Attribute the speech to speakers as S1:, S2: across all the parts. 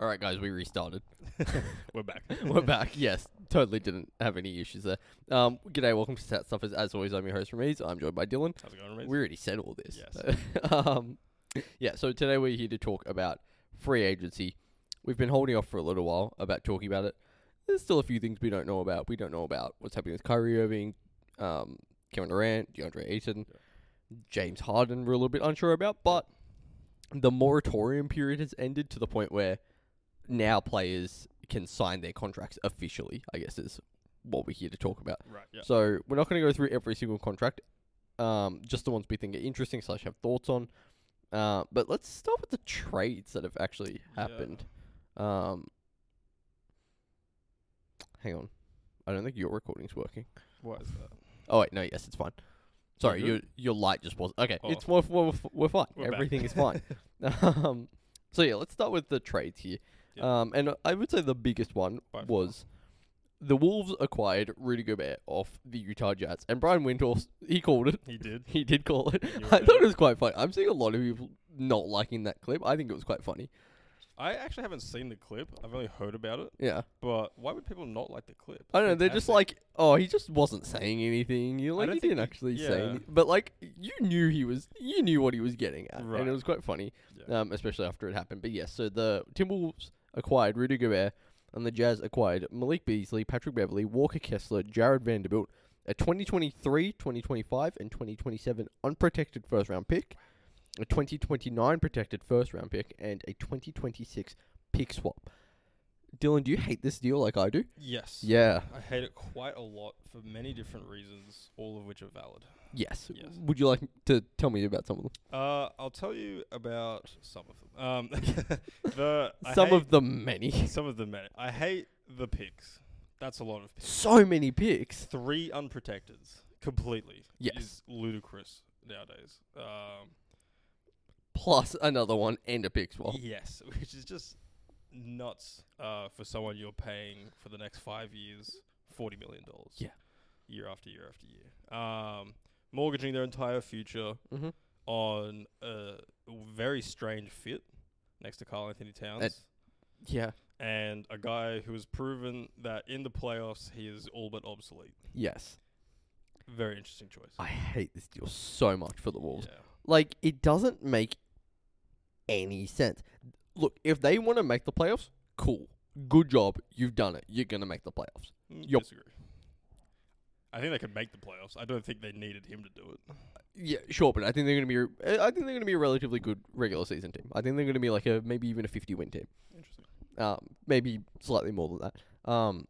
S1: All right, guys, we restarted.
S2: We're back.
S1: We're back. Yes, totally didn't have any issues there. Um, g'day, welcome to Stat Stuffers. As always, I'm your host Ramiz. I'm joined by Dylan.
S2: How's it going, Ramiz?
S1: We already said all this.
S2: Yes.
S1: um, yeah. So today we're here to talk about free agency. We've been holding off for a little while about talking about it. There's still a few things we don't know about. We don't know about what's happening with Kyrie Irving, um, Kevin Durant, DeAndre Ayton, James Harden. We're a little bit unsure about, but the moratorium period has ended to the point where now players can sign their contracts officially. I guess is what we're here to talk about.
S2: Right. Yeah.
S1: So we're not going to go through every single contract, um, just the ones we think are interesting slash have thoughts on. Uh, but let's start with the trades that have actually
S2: Yeah.
S1: happened. Um, hang on, I don't think your recording's working.
S2: What is that?
S1: Oh wait, no, yes, it's fine. Sorry,
S2: good?
S1: your your light just wasn't. Okay,
S2: Mm-hmm. Oh.
S1: it's we're, we're, we're fine.
S2: We're back.
S1: Everything is fine. um, so yeah, let's start with the trades here.
S2: Yeah.
S1: Um, and I would say the biggest one
S2: By far.
S1: was the Wolves acquired Rudy Gobert off the Utah Jazz, and Brian Windhorst he called it.
S2: He did.
S1: He did call it.
S2: You
S1: I
S2: were
S1: thought it was quite funny. I'm seeing a lot of people not liking that clip. I think it was quite funny.
S2: I actually haven't seen the clip. I've only heard about it.
S1: Yeah,
S2: But why would people not like the clip?
S1: I don't know. They're just
S2: Fantastic.
S1: like, oh, he just wasn't saying anything. You like,
S2: don't
S1: he
S2: think
S1: didn't
S2: he-
S1: actually say,
S2: yeah.
S1: any- but like, you knew he was, you knew what he was getting at, and
S2: Right.
S1: it was quite funny,
S2: Yeah.
S1: um, especially after it happened. But yes, so the Timberwolves acquired Rudy Gobert, and the Jazz acquired Malik Beasley, Patrick Beverly, Walker Kessler, Jared Vanderbilt, a 2023, 2025, and 2027 unprotected first round pick, a 2029 protected first round pick, and a 2026 pick swap. Dylan, do you hate this deal like I do?
S2: yes.
S1: uh, Yeah.
S2: I hate it quite a lot for many different reasons, all of which are valid.
S1: Yes.
S2: Yes.
S1: Would you like to tell me about some of them?
S2: Uh, I'll tell you about some of them. Um, the I
S1: some
S2: hate-
S1: of the many.
S2: some of them. man. I hate the picks. That's a lot of picks.
S1: So many picks.
S2: three unprotecteds completely
S1: Yes.
S2: is ludicrous nowadays. Um,
S1: Plus another one and a pick swap.
S2: yes, which is just nuts uh, for someone you're paying for the next five years forty million dollars.
S1: Yeah.
S2: year after year after year, um, mortgaging their entire future
S1: Mm-hmm.
S2: on a very strange fit next to Carl Anthony Towns.
S1: Yeah.
S2: and a guy who has proven that in the playoffs he is all but obsolete.
S1: Yes.
S2: Very interesting choice.
S1: I hate this deal so much for the Wolves.
S2: Yeah.
S1: Like, it doesn't make any sense. Look, if they want to make the playoffs, cool. Good job. You've done it. You're going to make the playoffs.
S2: Mm,
S1: Yup.
S2: Disagree. I think they could make the playoffs. I don't think they needed him to do it.
S1: Yeah, sure, but I think they're going to be I think they're going to be a relatively good regular season team. I think they're going to be like a maybe even a 50 win team.
S2: Interesting.
S1: um, maybe slightly more than that. Um,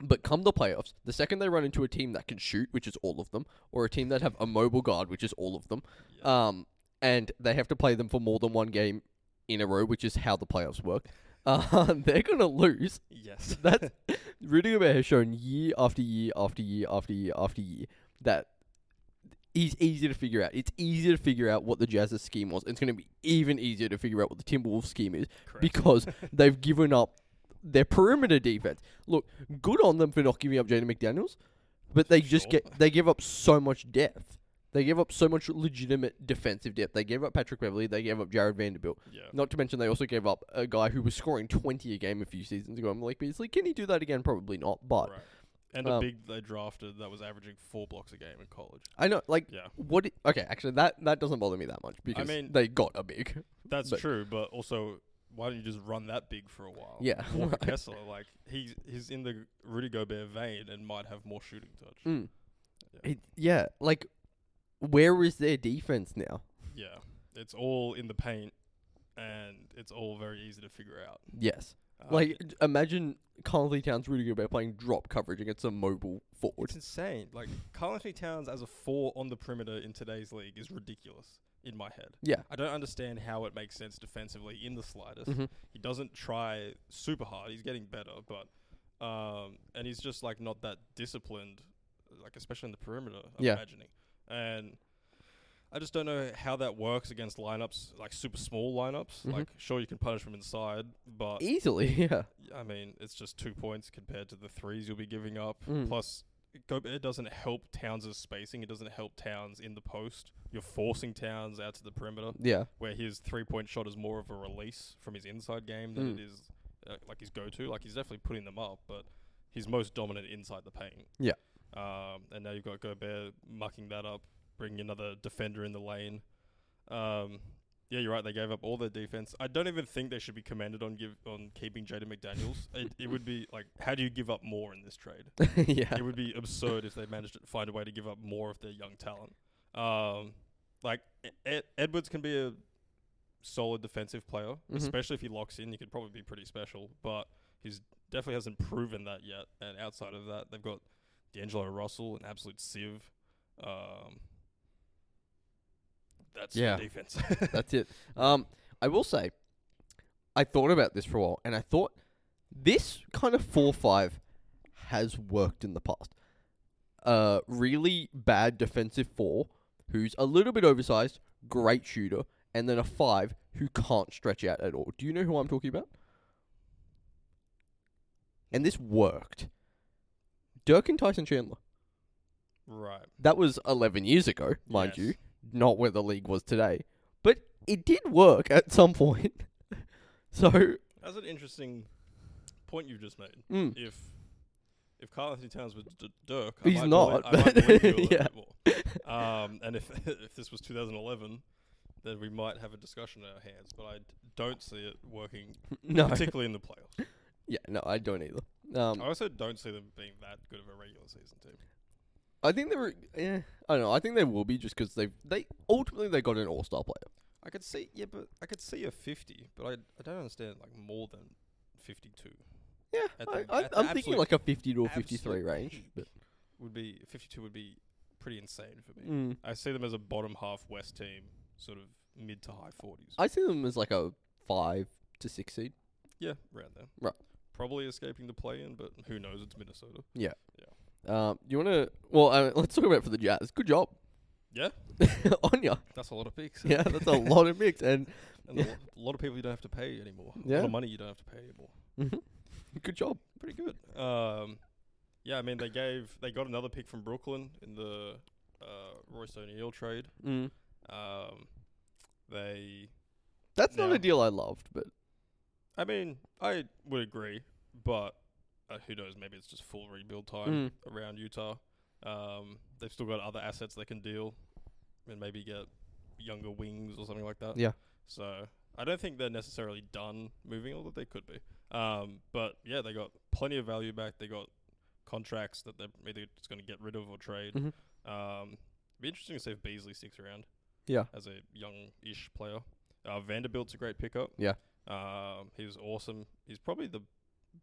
S1: but come the playoffs, the second they run into a team that can shoot, which is all of them, or a team that have a mobile guard, which is all of them, um, and they have to play them for more than one game in a row, which is how the playoffs work, uh, they're gonna lose.
S2: Yes.
S1: That's Rudy Gobert has shown year after year after year after year after year that he's easy to figure out. It's easy to figure out what the Jazz's scheme was. It's gonna be even easier to figure out what the Timberwolves scheme is
S2: Correct.
S1: because they've given up their perimeter defense. Look, good on them for not giving up Jaden McDaniels, but they just
S2: Sure.
S1: get they give up so much depth. They give up so much legitimate defensive depth. They gave up Patrick Beverly. They gave up Jared Vanderbilt.
S2: yeah.
S1: Not to mention they also gave up a guy who was scoring 20 a game a few seasons ago. I'm like, Beasley, can he do that again? Probably not. But
S2: right. And
S1: um,
S2: a big they drafted that was averaging four blocks a game in college.
S1: I know, like,
S2: Yeah.
S1: what? i- okay, actually, that that doesn't bother me that much because
S2: mean-
S1: they got a big.
S2: That's
S1: But-
S2: true, but also why don't you just run that big for a while?
S1: Yeah,
S2: Walker
S1: right.
S2: Kessler, like he's he's in the Rudy Gobert vein and might have more shooting touch.
S1: Mm.
S2: Yeah.
S1: It, yeah, like, where is their defense now?
S2: Yeah. It's all in the paint and it's all very easy to figure out.
S1: Yes.
S2: Uh,
S1: Like, j- imagine Conley Towns, Rudy Gobert playing drop coverage against a mobile forward.
S2: It's insane. Like Carl Anthony Towns as a four on the perimeter in today's league is ridiculous in my head.
S1: Yeah.
S2: I don't understand how it makes sense defensively in the slightest.
S1: Mhm.
S2: He doesn't try super hard. He's getting better, but um, and he's just like not that disciplined, like especially in the perimeter. I'm
S1: Yeah.
S2: imagining, and I just don't know how that works against lineups like super small lineups.
S1: Mhm.
S2: Like sure you can punish from inside, but
S1: Easily, yeah.
S2: I mean, it's just two points compared to the threes you'll be giving up.
S1: Mm.
S2: Plus, Gobert doesn't help Towns' spacing. It doesn't help Towns in the post. You're forcing Towns out to the perimeter,
S1: Yeah.
S2: where his three point shot is more of a release from his inside game than
S1: Mm.
S2: it is uh, like his go to. Like he's definitely putting them up, but he's most dominant inside the paint.
S1: Yeah.
S2: Um, and now you've got Gobert mucking that up, bringing another defender in the lane. Um, yeah, you're right. They gave up all their defense. I don't even think they should be commended on give on keeping Jaden McDaniels. it, it would be like, how do you give up more in this trade?
S1: yeah.
S2: it would be absurd if they managed to find a way to give up more of their young talent. Um, like E- Ed- Edwards can be a solid defensive player,
S1: Mhm.
S2: especially if he locks in. He could probably be pretty special, but he's definitely hasn't proven that yet. And outside of that, they've got D'Angelo Russell, an absolute sieve. Um, that's
S1: Yeah.
S2: yeah. defense.
S1: That's it. Um, I will say, I thought about this for a while, and I thought this kind of four-five has worked in the past. Uh, really bad defensive four who's a little bit oversized, great shooter, and then a five who can't stretch out at all. Do you know who I'm talking about? And this worked. Dirk and Tyson Chandler.
S2: right,
S1: That was 11 years ago, mind
S2: Yes.
S1: you, not where the league was today. But it did work at some point. so,
S2: That's an interesting point you've just made.
S1: mm,
S2: if if Carl Anthony Towns was D- Dirk,
S1: He's
S2: I
S1: not,
S2: might believe- I
S1: but-
S2: might believe you a little
S1: yeah.
S2: bit more. Um, and if if this was 2011, then we might have a discussion in our hands. But I d- don't see it working,
S1: no.
S2: particularly in the playoffs.
S1: Yeah, no, I don't either.
S2: I
S1: Um,
S2: also don't see them being that good of a regular season team.
S1: I think they were, eh, I don't know, I think they will be just because they, they, ultimately they got an all-star player.
S2: I could see, yeah, but I could see a 50, but I I don't understand like more than 52
S1: Yeah,
S2: At
S1: I,
S2: the-
S1: I,
S2: at the
S1: I'm thinking
S2: absolute-
S1: like a 50 to a
S2: absolute
S1: 53 range.
S2: peak
S1: But,
S2: would be 52 would be pretty insane for me.
S1: mm,
S2: I see them as a bottom half West team, sort of mid to high 40s.
S1: I see them as like a 5 to 6 seed.
S2: Yeah, around there.
S1: Right.
S2: Probably escaping the play in, but who knows? It's Minnesota.
S1: Um, you want to, well, uh, let's talk about it for the Jazz. Good job.
S2: Yeah.
S1: On ya.
S2: That's a lot of picks.
S1: Yeah, that's a lot of mix. And
S2: And a, lot, a lot of people you don't have to pay anymore. A
S1: Yeah.
S2: lot of money you don't have to pay anymore.
S1: mhm, good job.
S2: Pretty good. Um, yeah, I mean they gave they got another pick from Brooklyn in the uh, Royce O'Neal trade.
S1: Mm.
S2: Um, they,
S1: That's not
S2: Yeah.
S1: a deal I loved, but
S2: I mean, I would agree, but uh, who knows? Maybe it's just full rebuild time. around Utah. Um, they've still got other assets they can deal and maybe get younger wings or something like that.
S1: Yeah.
S2: So I don't think they're necessarily done moving, although they could be. Um, but yeah, they got plenty of value back. They got contracts that they're either just going to get rid of or trade.
S1: Mhm.
S2: Um, it'd be interesting to see if Beasley sticks around
S1: yeah,
S2: as a young-ish player. Uh, Vanderbilt's a great pickup.
S1: Yeah.
S2: Um, he was awesome. He's probably the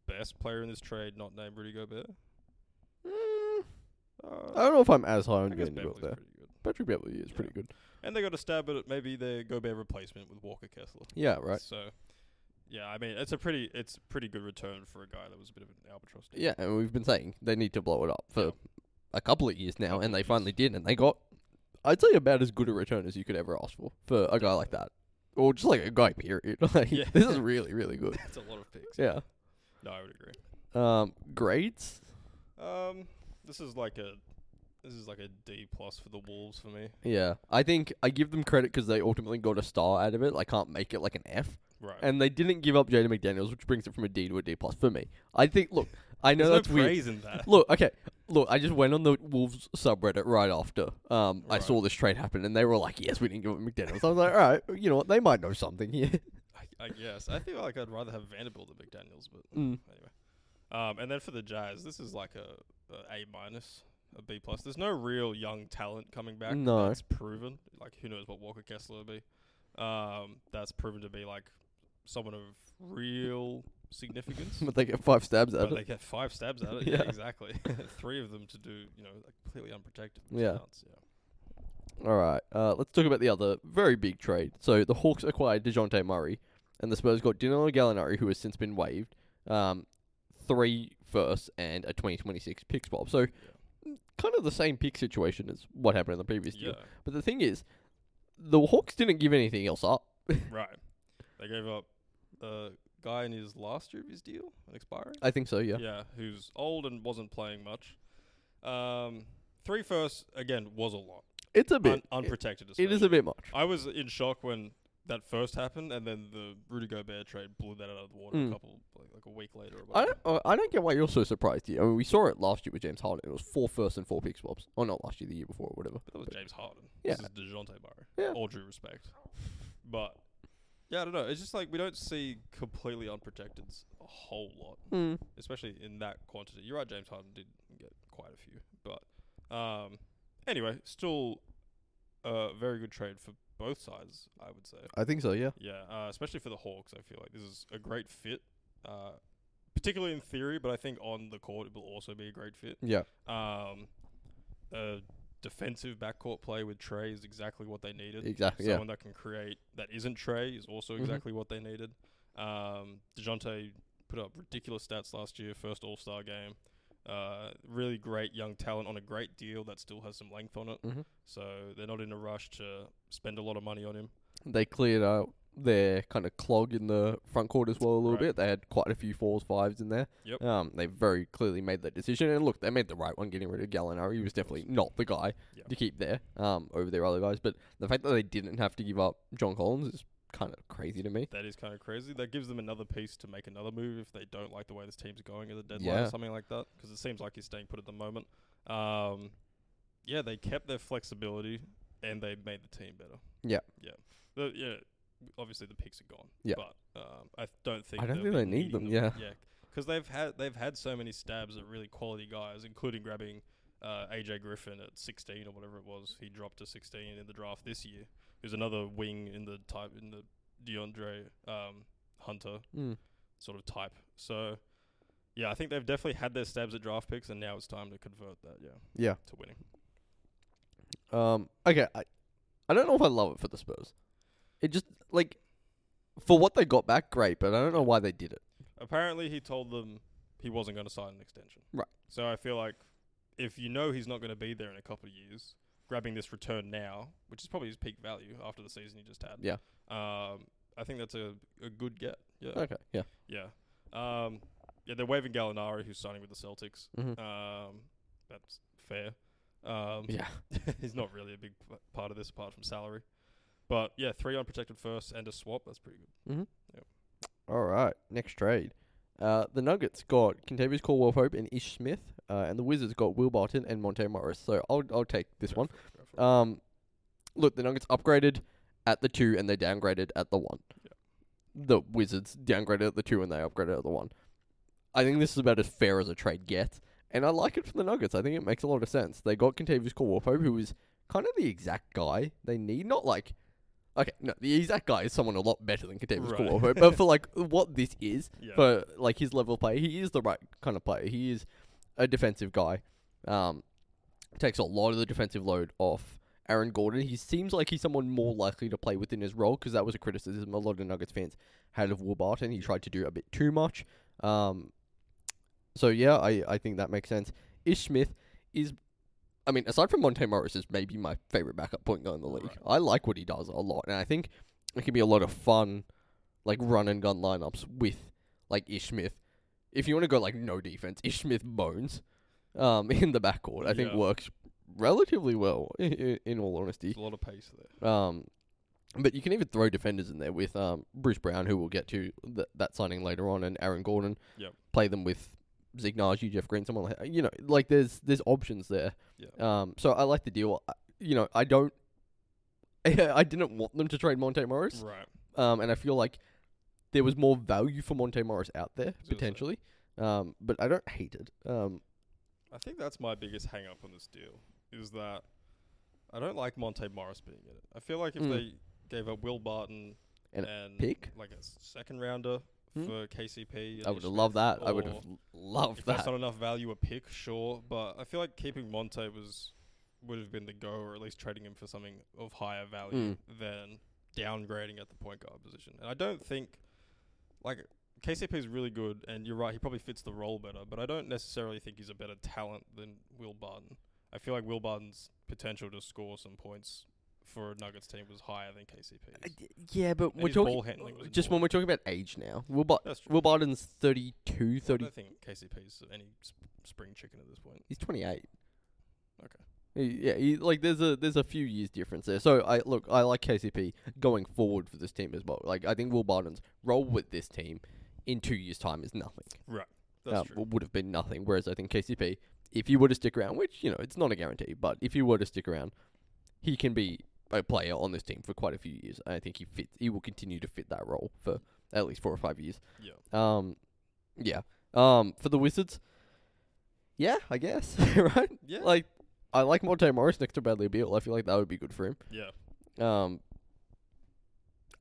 S2: best player in this trade, not named Rudy Gobert. Uh,
S1: Mm, I don't know if I'm as high on
S2: I guess
S1: Vanderbilt
S2: Beverly's
S1: there.
S2: pretty good.
S1: Patrick Beverly is
S2: Yeah.
S1: pretty good.
S2: And they got a stab at it, maybe their Gobert replacement with Walker Kessler.
S1: Yeah, right.
S2: So, yeah, I mean, it's a pretty, it's a pretty good return for a guy that was a bit of an albatross. to me.
S1: Yeah, and we've been saying they need to blow it up for
S2: Yeah.
S1: a couple of years now,
S2: Couple
S1: and they
S2: years.
S1: finally did, and they got, I'd say, about as good a return as you could ever ask for for a guy like that, or just like a guy period. like,
S2: Yeah.
S1: this is really, really good.
S2: that's a lot of picks.
S1: Yeah.
S2: No, I would agree.
S1: Um, grades.
S2: Um, this is like a, this is like a D plus for the Wolves for me.
S1: Yeah, I think I give them credit because they ultimately got a star out of it. I can't make it like an F.
S2: Right.
S1: and they didn't give up Jaden McDaniels, which brings it from a D to a D plus for me. I think. Look, I know
S2: There's
S1: that's
S2: no
S1: weird.
S2: praise in that.
S1: Look, okay, look, I just went on the Wolves subreddit right after um I
S2: Right.
S1: saw this trade happen, and they were like, "Yes, we didn't give up McDaniels." I was like, "All right, you know what? They might know something here."
S2: I, I guess I feel like I'd rather have Vanderbilt than McDaniel's, but
S1: Mm.
S2: anyway. Um, and then for the Jazz, this is like a, a A minus, a B plus. There's no real young talent coming back.
S1: No.
S2: that's proven. Like who knows what Walker Kessler will be? Um, that's proven to be like someone of real significance.
S1: but they get five stabs at
S2: but
S1: it.
S2: they get five stabs at it. yeah,
S1: Yeah.
S2: exactly. Three of them to do you know like completely unprotected. which is
S1: Yeah.
S2: nuts, yeah.
S1: All right, uh, let's talk about the other very big trade. So the Hawks acquired Dejounte Murray, and the Spurs got Danilo Gallinari, who has since been waived, um, three firsts and a 2026 pick swap. So kind of the same pick situation as what happened in the previous
S2: Yeah.
S1: deal. But the thing is, the Hawks didn't give anything else up.
S2: yeah. right. They gave up a guy in his last year of his deal, an expiring.
S1: I think so, yeah.
S2: yeah, who's old and wasn't playing much. Um, three firsts again was a lot.
S1: It's a bit.
S2: Un- unprotected.
S1: it is
S2: especially.
S1: a bit much.
S2: I was in shock when that first happened, and then the Rudy Gobert trade blew that out of the water
S1: Mm.
S2: a couple like, like a week later. Or
S1: I
S2: whatever.
S1: don't. uh, I don't get why you're so surprised. Here. I mean, we saw it last year with James Harden. It was four first and four pick swaps. Or not last year, the year before, or whatever.
S2: But that was James Harden. This
S1: Yeah.
S2: is DeJounte Murray.
S1: Yeah.
S2: All due respect. But yeah, I don't know. It's just like we don't see completely unprotecteds a whole lot,
S1: Mm.
S2: especially in that quantity. You're right, James Harden did get quite a few. But um, anyway, still a very good trade for both sides, I would say.
S1: I think so. Yeah.
S2: Yeah, uh, especially for the Hawks, I feel like this is a great fit, uh, particularly in theory, but I think on the court it will also be a great fit.
S1: Yeah.
S2: Um, a defensive backcourt play with Trey is exactly what they needed.
S1: Exactly. Yeah.
S2: Someone that can create that isn't Trey is also
S1: Mhm.
S2: exactly what they needed. Um, Dejounte put up ridiculous stats last year, first All Star game. Uh, really great young talent on a great deal that still has some length on it.
S1: Mhm.
S2: So they're not in a rush to spend a lot of money on him.
S1: They cleared out their kind of clog in the front court as well a little
S2: Right.
S1: bit. They had quite a few fours, fives in there.
S2: Yep.
S1: Um, they very clearly made that decision, and look, they made the right one getting rid of Gallinari. He was definitely not the guy
S2: Yeah.
S1: to keep there. Um, over their other guys, but the fact that they didn't have to give up John Collins is kind of crazy to me.
S2: That is kind of crazy. That gives them another piece to make another move if they don't like the way this team's going at the deadline
S1: Yeah.
S2: or something like that. Because it seems like he's staying put at the moment. Um, yeah, they kept their flexibility and they made the team better.
S1: Yeah.
S2: yeah, The- yeah. Obviously, the picks are gone.
S1: Yeah.
S2: but um, I don't think
S1: I don't
S2: they'll
S1: think
S2: be
S1: they need
S2: needing
S1: them, yeah.
S2: yeah, because they've had they've had so many stabs at really quality guys, including grabbing uh, AJ Griffin at 16 or whatever it was. He dropped to 16 in the draft this year. Who's another wing in the type in the DeAndre um, Hunter
S1: Mm.
S2: sort of type. So yeah, I think they've definitely had their stabs at draft picks, and now it's time to convert that. Yeah,
S1: Yeah.
S2: to winning.
S1: Um, okay, I, I don't know if I love it for the Spurs. It just like for what they got back, great, but I don't know why they did it.
S2: Apparently, he told them he wasn't going to sign an extension.
S1: Right.
S2: So I feel like if you know he's not going to be there in a couple of years, grabbing this return now, which is probably his peak value after the season he just had.
S1: Yeah.
S2: Um, I think that's a, a good get. Yeah.
S1: Okay, yeah,
S2: Yeah. Um, yeah, they're waving Gallinari, who's signing with the Celtics.
S1: Mhm.
S2: Um, that's fair. Um,
S1: yeah,
S2: he's not really a big p- part of this apart from salary. But yeah, three unprotected firsts and a swap. That's pretty good.
S1: All right, next trade. Uh, the Nuggets got Contavious Caldwell Pope and Ish Smith, uh, and the Wizards got Will Barton and Monte Morris. So I'll I'll take this
S2: Go
S1: one.
S2: for it, go for it.
S1: Um, look, the Nuggets upgraded at the two and they downgraded at the one.
S2: Yeah.
S1: The Wizards downgraded at the two and they upgraded at the one. I think this is about as fair as a trade gets, and I like it for the Nuggets. I think it makes a lot of sense. They got Contavious Caldwell-Pope, who is kind of the exact guy they need. Not like, okay, no, the exact guy is someone a lot better than Contavious
S2: Right.
S1: Caldwell-Pope, but for like what this is,
S2: yeah.
S1: for like his level of play. He is the right kind of player. He is a defensive guy. Um, takes a lot of the defensive load off Aaron Gordon. He seems like he's someone more likely to play within his role because that was a criticism a lot of Nuggets fans had of Will Barton. He tried to do a bit too much. Um, so yeah, I, I think that makes sense. Ish Smith is, I mean, aside from Monte Morris, is maybe my favorite backup point guard in the league.
S2: Right.
S1: I like what he does a lot, and I think it can be a lot of fun, like run and gun lineups with like Ish Smith. If you want to go like no defense, Ish Smith bones, um, in the backcourt. I think
S2: Yeah.
S1: works relatively well. In, in all honesty,
S2: There's a lot of pace there.
S1: um, but you can even throw defenders in there with um, Bruce Brown, who we'll get to th- that signing later on, and Aaron Gordon.
S2: Yep.
S1: Play them with Zignaggi, Jeff Green, someone like you know, like there's there's options there.
S2: Yeah.
S1: Um, so I like the deal. I, you know, I don't. I didn't want them to trade Monte Morris,
S2: Right.
S1: um, and I feel like there was more value for Monte Morris out there
S2: was gonna say.
S1: potentially, um, but I don't hate it. Um,
S2: I think that's my biggest hang up on this deal is that I don't like Monte Morris being in it. I feel like if
S1: Mm.
S2: they gave up Will Barton
S1: And
S2: and,
S1: a pick?
S2: like a s- second rounder
S1: Hmm?
S2: for KCP,
S1: I would have loved that. I would have
S2: or
S1: loved
S2: if
S1: that.
S2: that's not enough value a pick, sure, but I feel like keeping Monte was would have been the go, or at least trading him for something of higher value
S1: Hmm.
S2: than downgrading at the point guard position. And I don't think like KCP is really good, and you're right, he probably fits the role better, but I don't necessarily think he's a better talent than Will Barton. I feel like Will Barton's potential to score some points for a Nuggets team was higher than
S1: Uh,
S2: KCP's.
S1: d- Yeah, but
S2: And
S1: we're
S2: his
S1: talking
S2: ball handling was
S1: just when we're talking about age now. Will, Bar-
S2: That's true.
S1: Will Barton's 32,
S2: I
S1: 30.
S2: don't think KCP's any sp- spring chicken at this point.
S1: He's 28.
S2: Okay.
S1: He- Yeah, he, like there's a there's a few years difference there. So I look, I like KCP going forward for this team as well. Like I think Will Barton's role with this team in two years' time is nothing.
S2: That's
S1: uh,
S2: true.
S1: w- would have been nothing. Whereas I think KCP, if he were to stick around, which you know it's not a guarantee, but if he were to stick around, he can be a player on this team for quite a few years. I think he fits. He will continue to fit that role for at least four or five years.
S2: Yeah.
S1: Um, yeah. Um, for the Wizards, yeah, I guess right.
S2: Yeah.
S1: Like, I like Monte Morris next to Bradley Beal. I feel like that would be good for him.
S2: yeah.
S1: Um,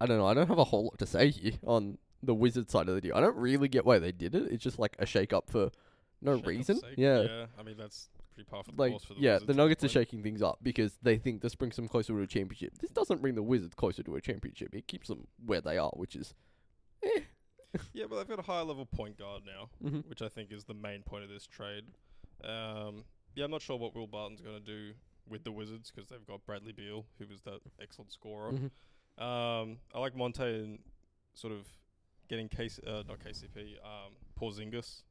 S1: I don't know. I don't have a whole lot to say here on the Wizard side of the deal. I don't really get why they did it. It's just like a shake up for no
S2: Shake up
S1: reason.
S2: sake.
S1: Yeah.
S2: Yeah. I mean, that's pretty par for the
S1: Like,
S2: course for the
S1: yeah,
S2: Wizards
S1: the
S2: at
S1: Nuggets are
S2: this point.
S1: shaking things up because they think this brings them closer to a championship. This doesn't bring the Wizards closer to a championship. It keeps them where they are, which is. Eh.
S2: Yeah, but they've got a higher level point guard now,
S1: Mhm.
S2: which I think is the main point of this trade. Um, yeah, I'm not sure what Will Barton's going to do with the Wizards because they've got Bradley Beal, who was that excellent scorer.
S1: Mhm.
S2: Um, I like Monte and sort of getting case uh, not KCP, um, Porzingis.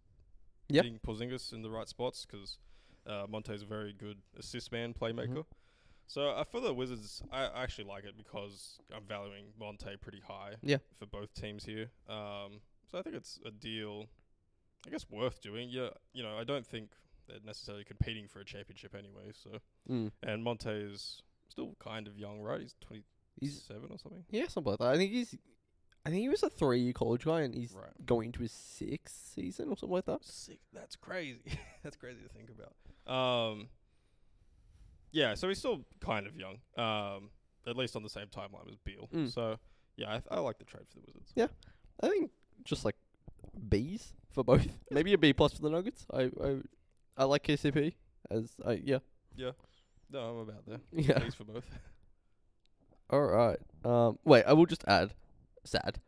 S1: Yeah.
S2: Getting Porzingis in the right spots because uh, Monte's a very good assist man playmaker. So uh, for the Wizards, I I actually like it because I'm valuing Monte pretty high.
S1: Yeah.
S2: For both teams here, um, so I think it's a deal, I guess worth doing. Yeah, you know, I don't think they're necessarily competing for a championship anyway. So
S1: Mm.
S2: and Monte is still kind of young, right? He's
S1: He's
S2: 27 or something.
S1: yeah, something like that. I think he's. I think he was a three-year college guy, and he's
S2: Right.
S1: going into his sixth season or something like that.
S2: Sick. That's crazy. That's crazy to think about. Um, yeah, so he's still kind of young, um, at least on the same timeline as Beal.
S1: Mm.
S2: So, yeah, I, th- I like the trade for the Wizards.
S1: I think just like B's for both. Maybe a B plus for the Nuggets. I I, I like KCP as I yeah
S2: No, I'm about there.
S1: yeah.
S2: Please for both.
S1: All right. Um. Wait. I will just add. Sad.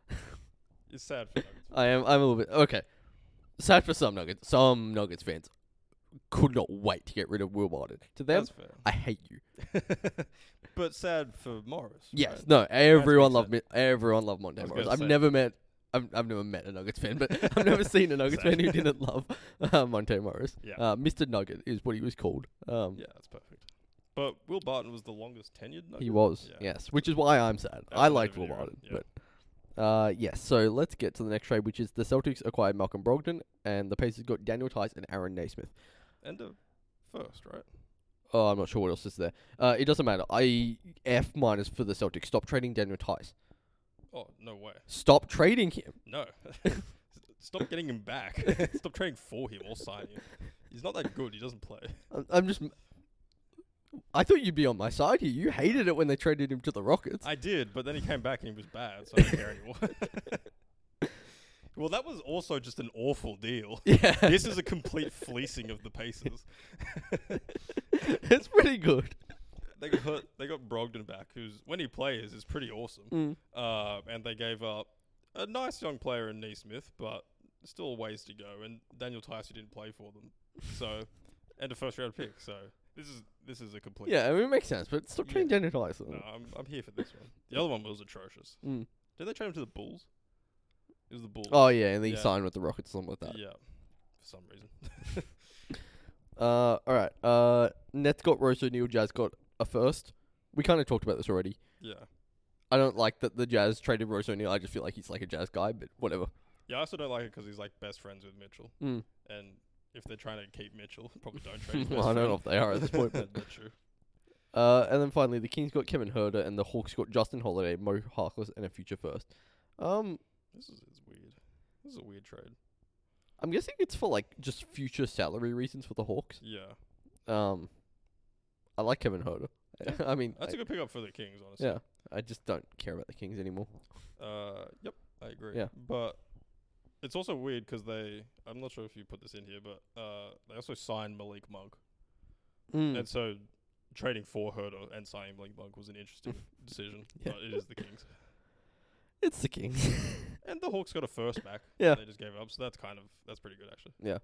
S2: It's sad for Nuggets.
S1: I am. I'm a little bit okay. Sad for some Nuggets. Some Nuggets fans could not wait to get rid of Will Barton. To them,
S2: That's fair.
S1: I hate you.
S2: but sad for Morris.
S1: Yes.
S2: right?
S1: No. Everyone
S2: makes
S1: loved me. Everyone loved Monte
S2: I was
S1: Morris.
S2: gonna
S1: I've
S2: say.
S1: never met. I've, I've never met a Nuggets fan, but I've never seen a Nuggets fan who didn't love uh, Monte Morris.
S2: Yeah.
S1: Uh, Mr. Nugget is what he was called. Um,
S2: yeah, that's perfect. But Will Barton was the longest tenured Nugget.
S1: He was,
S2: Yeah.
S1: yes, which is why I'm sad.
S2: That's
S1: I
S2: a bit
S1: like
S2: of an
S1: Will
S2: era,
S1: Barton,
S2: yeah.
S1: but uh, yes. So let's get to the next trade, which is the Celtics acquired Malcolm Brogdon, and the Pacers got Daniel Tice and Aaron Naismith.
S2: End of first, right?
S1: Oh, I'm not sure what else is there. Uh, it doesn't matter. I F minus for the Celtics. Stop trading Daniel Tice.
S2: Oh, no way.
S1: Stop trading him.
S2: No. Stop getting him back. Stop trading for him or signing him. He's not that good. He doesn't play.
S1: I'm, I'm just. I thought you'd be on my side here. You hated it when they traded him to the Rockets.
S2: I did, but then he came back and he was bad, so I don't care anymore. well, that was also just an awful deal.
S1: yeah,
S2: this is a complete fleecing of the Pacers.
S1: it's pretty good.
S2: They got they got Brogdon back, who's when he plays is pretty awesome.
S1: Mm.
S2: Um, and they gave up a nice young player in Neesmith, but still a ways to go. And Daniel Tyson didn't play for them, so and a first round pick. So this is this is a complete.
S1: Yeah, I mean, it makes sense. But stop
S2: Yeah.
S1: trading Daniel Tice.
S2: No, I'm I'm here for this one. The other one was atrocious.
S1: Mm.
S2: Did they trade him to the Bulls? It was the Bulls.
S1: Oh yeah, and then he
S2: Yeah.
S1: signed with the Rockets, something like that.
S2: yeah, for some reason.
S1: Uh, all right. Uh, Nets got Rose O'Neal. Jazz got a first. We kind of talked about this already.
S2: Yeah,
S1: I don't like that the Jazz traded Rose O'Neal. I just feel like he's like a Jazz guy, but whatever.
S2: yeah. I also don't like it because he's like best friends with Mitchell,
S1: Mm.
S2: and if they're trying to keep Mitchell, probably don't trade. His
S1: well, I don't
S2: best
S1: know
S2: friend.
S1: if they are at this point. But.
S2: That's not true.
S1: Uh, and then finally, the Kings got Kevin Herder, and the Hawks got Justin Holiday, Mo Harkless, and a future first. Um,
S2: This is, is weird. This is a weird trade.
S1: I'm guessing it's for like just future salary reasons for the Hawks.
S2: Yeah.
S1: Um, I like Kevin Herder. I mean,
S2: That's a
S1: I,
S2: good pickup for the Kings, honestly.
S1: yeah, I just don't care about the Kings anymore.
S2: Uh, yep, I agree.
S1: Yeah.
S2: But it's also weird because they, I'm not sure if you put this in here, but uh, they also signed Malik Monk.
S1: Mm.
S2: And so trading for Herder and signing Malik Monk was an interesting decision,
S1: Hmm. Yeah.
S2: but it is the Kings.
S1: It's the Kings.
S2: And the Hawks got a first back. that
S1: Yeah.
S2: They just gave up, so that's kind of, that's pretty good, actually.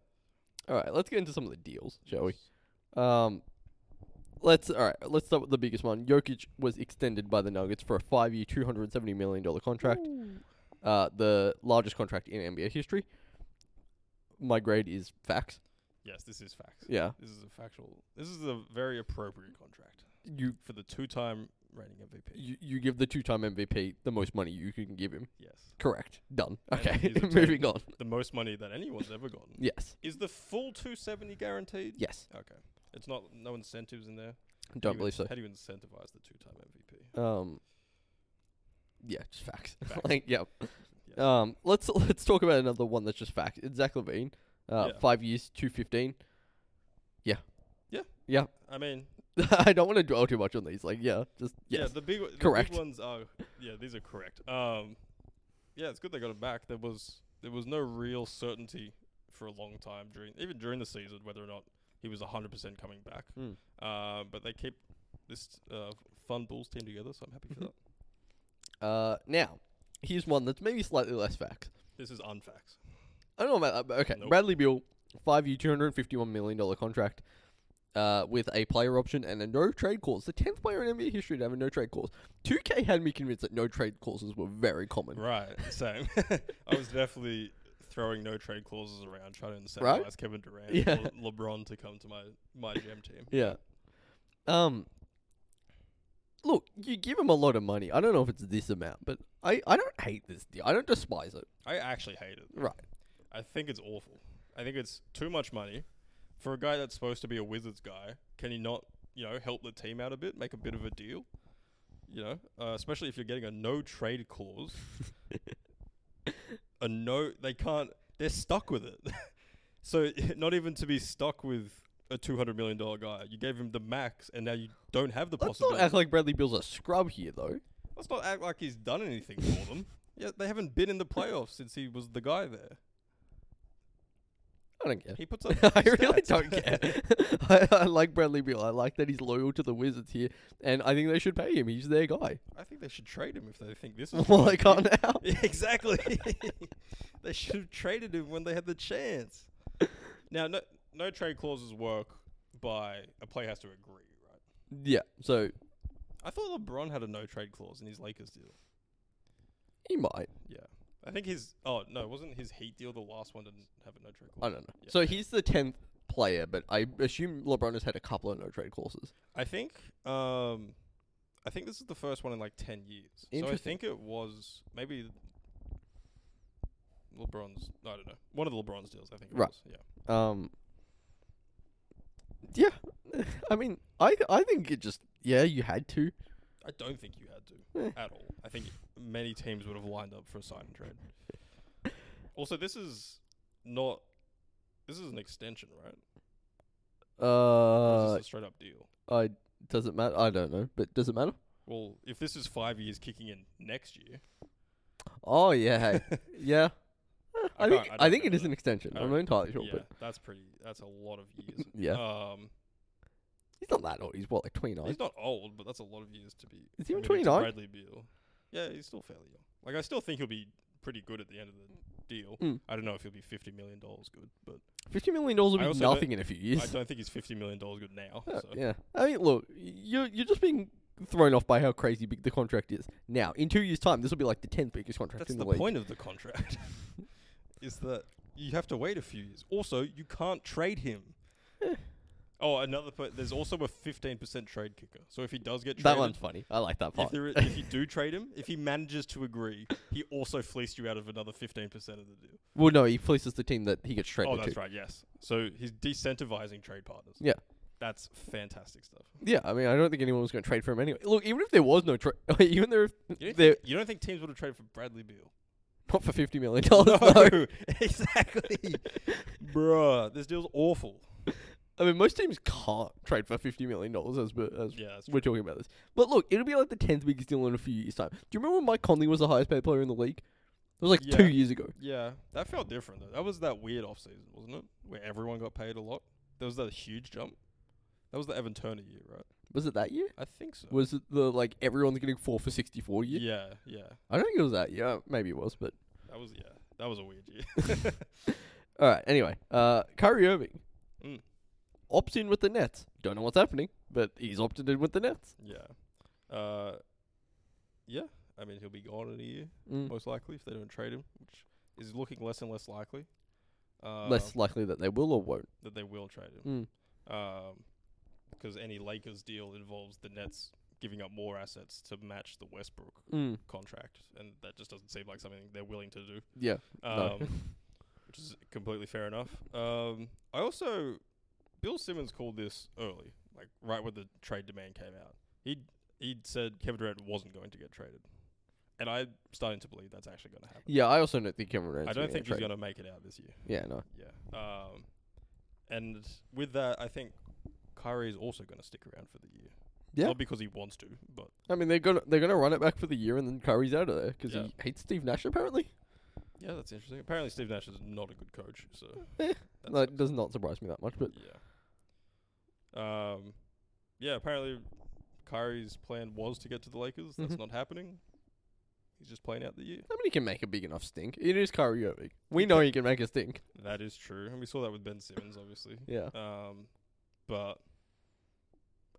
S1: All right, let's get into some of the deals, shall we?
S2: Yes.
S1: Um, let's all right. Let's start with the biggest one. Jokic was extended by the Nuggets for a five-year, two hundred and seventy million dollar contract, uh, the largest contract in NBA history. My grade is facts.
S2: Yes, this is facts.
S1: Yeah.
S2: This is a factual. This is a very appropriate contract
S1: You
S2: for the two-time reigning MVP.
S1: you, you give the two time MVP the most money you can give him.
S2: yes,
S1: Correct. Done.
S2: And
S1: Okay.
S2: he's obtained-
S1: Moving on.
S2: the most money that anyone's ever gotten.
S1: Yes.
S2: Is the full 270 guaranteed?
S1: Yes.
S2: Okay. It's not no incentives in there. How do
S1: Don't
S2: you
S1: believe so.
S2: in- How do you incentivize the two-time MVP?
S1: Um. Yeah, just facts.
S2: Facts.
S1: like, yeah.
S2: Yes.
S1: Um. Let's let's talk about another one that's just facts. It's Zach Levine. Uh,
S2: Yeah.
S1: five years, two fifteen. Yeah.
S2: Yeah.
S1: Yeah.
S2: I mean,
S1: I don't want to dwell too much on these. Like, yeah, just
S2: yeah,
S1: yes.
S2: the big, o- the
S1: Correct.
S2: big ones are yeah, these are correct. Um, yeah, it's good they got him back. There was there was no real certainty for a long time during even during the season whether or not he was 100% coming back.
S1: Mm.
S2: Um, but they keep this uh, fun Bulls team together, so I'm happy for
S1: Mhm.
S2: that.
S1: Uh. Now, here's one that's maybe slightly less facts.
S2: This is unfacts.
S1: I don't know about that, but okay.
S2: Nope.
S1: Bradley Beal, five year, two hundred and fifty one million dollar contract, uh, with a player option and a no trade clause. The tenth player in NBA history to have a no trade clause. Two K had me convinced that no trade clauses were very common.
S2: Right, same. I was definitely throwing no trade clauses around, trying to incentivize
S1: Right?
S2: Kevin Durant,
S1: Yeah.
S2: or LeBron to come to my my gym team.
S1: Yeah. Um. Look, you give him a lot of money. I don't know if it's this amount, but I, I don't hate this deal. I don't despise it.
S2: I actually hate it.
S1: Right.
S2: I think it's awful. I think it's too much money for a guy that's supposed to be a Wizards guy. Can he not, you know, help the team out a bit, make a bit of a deal? You know, uh, especially if you're getting a no trade clause. a no, they can't. They're stuck with it. so not even to be stuck with a two hundred million dollar guy. You gave him the max, and now you don't have the
S1: Let's not
S2: possibility.
S1: act like Bradley Beal's a scrub here, though.
S2: Let's not act like he's done anything for them. Yeah, they haven't been in the playoffs since he was the guy there.
S1: I don't care.
S2: He puts up.
S1: I really
S2: stats.
S1: don't care. I, I like Bradley Beal. I like that he's loyal to the Wizards here, and I think they should pay him. He's their guy.
S2: I think they should trade him if they think this is.
S1: well,
S2: what
S1: they can't now.
S2: he- exactly. they should have traded him when they had the chance. Now, no, no trade clauses work by a player has to agree, right?
S1: Yeah, so
S2: I thought LeBron had a no trade clause in his Lakers deal.
S1: he might.
S2: Yeah, I think his. Oh no, wasn't his Heat deal the last one didn't have a no trade
S1: I
S2: clause?
S1: don't know.
S2: Yeah.
S1: So he's the tenth player, but I assume LeBron has had a couple of no trade clauses.
S2: I think. Um, I think this is the first one in like ten years. So I
S1: Interesting.
S2: think it was maybe. LeBron's, I don't know, one of the LeBron's deals. I think it
S1: Right.
S2: was. Yeah.
S1: Um. Yeah, I mean, I I think it just yeah you had to.
S2: I don't think you had
S1: Eh.
S2: to at all. I think many teams would have lined up for a sign and trade. also, this is not. This is an extension, right? Or is
S1: Uh,
S2: this a straight up deal.
S1: I does it matter? I don't know, but does it matter?
S2: Well, if this is five years kicking in next year,
S1: Oh yeah, hey. yeah. Eh, I
S2: I
S1: think
S2: can't- I
S1: I,
S2: don't
S1: think it
S2: remember
S1: is an
S2: that.
S1: extension.
S2: I
S1: I'm
S2: don't-
S1: not entirely sure,
S2: yeah,
S1: but
S2: that's pretty. That's a lot of years.
S1: yeah,
S2: Um,
S1: he's not that old. He's what like 29.
S2: he's not old, but that's a lot of years to be.
S1: Is he even
S2: committed to
S1: 29?
S2: Bradley Beal. Yeah, he's still fairly young. Like I still think he'll be pretty good at the end of the deal.
S1: Mm.
S2: I don't know if he'll be fifty million dollars good, but
S1: Fifty million dollars
S2: I
S1: will be
S2: also don't-
S1: nothing in a few
S2: I
S1: years.
S2: don't think he's fifty million dollars good now.
S1: Yeah,
S2: so.
S1: yeah, I mean, look, you're you're just being thrown off by how crazy big the contract is. Now, in two years' time, this will be like the tenth biggest contract
S2: That's
S1: in the,
S2: the
S1: league.
S2: point of the contract. is that you have to wait a few years. Also, you can't trade him. oh, another point. There's also a 15% trade kicker. So if he does get traded,
S1: That one's funny. I like that
S2: if,
S1: part.
S2: there is, if you do trade him, if he manages to agree, he also fleeced you out of another 15% of the deal.
S1: well, no, he fleeces the team that he gets traded
S2: oh,
S1: to.
S2: that's right. Yes. So he's decentivizing trade partners.
S1: Yeah.
S2: That's fantastic stuff.
S1: Yeah, I mean, I don't think anyone was going to trade for him anyway. Look, even if there was no trade, even there,
S2: You don't,
S1: there
S2: think, you don't think teams would have traded for Bradley Beal?
S1: not for fifty million dollars.
S2: exactly. Bruh, this deal's awful.
S1: I mean, most teams can't trade for fifty million dollars as we're- as
S2: Yeah, that's
S1: we're talking about this. But look, it'll be like the tenth biggest deal in a few years' time. Do you remember when Mike Conley was the highest paid player in the league? It was like
S2: Yeah.
S1: two years ago.
S2: Yeah, that felt different though. That was that weird off season, wasn't it? Where everyone got paid a lot. There was that huge jump. That was the Evan Turner year, right?
S1: Was it that year?
S2: I think so.
S1: Was it the like everyone's getting four for sixty four year?
S2: yeah, yeah.
S1: I don't think it was that. Yeah, maybe it was. But
S2: That was yeah. That was a weird year.
S1: all right. Anyway, uh, Kyrie Irving
S2: Mm.
S1: opts in with the Nets. Don't know what's happening, but he's opted in with the Nets.
S2: yeah. Uh yeah. I mean he'll be gone in a year,
S1: Mm.
S2: most likely, if they don't trade him, which is looking less and less likely. Uh,
S1: Less likely that they will or won't.
S2: that they will trade him.
S1: Mm.
S2: because any Lakers deal involves the Nets giving up more assets to match the Westbrook
S1: Mm.
S2: contract, and that just doesn't seem like something they're willing to do,
S1: Yeah.
S2: um,
S1: No.
S2: which is completely fair enough. Um, I also, Bill Simmons called this early, like right when the trade demand came out. He he said Kevin Durant wasn't going to get traded, and I'm starting to believe that's actually going to happen.
S1: Yeah, I also don't think Kevin Durant's
S2: I don't
S1: gonna
S2: think
S1: get
S2: he's
S1: traded.
S2: going to make it out this year.
S1: Yeah, no.
S2: Yeah. Um, and with that, I think Kyrie is also going to stick around for the year.
S1: Yeah.
S2: Not because he wants to, but
S1: I mean, they're gonna they're gonna run it back for the year, and then Curry's out of there because
S2: Yeah.
S1: he hates Steve Nash apparently.
S2: yeah, that's interesting. Apparently, Steve Nash is not a good coach, so
S1: Eh,
S2: that
S1: That does not surprise me that much, but
S2: sucks. yeah. Um, yeah. Apparently, Kyrie's plan was to get to the Lakers. That's
S1: Mhm.
S2: not happening. He's just playing out the year.
S1: I mean, he can make a big enough stink. It is Kyrie Irving. We know he can make a stink.
S2: That is true, and we saw that with Ben Simmons, obviously.
S1: Yeah.
S2: Um, but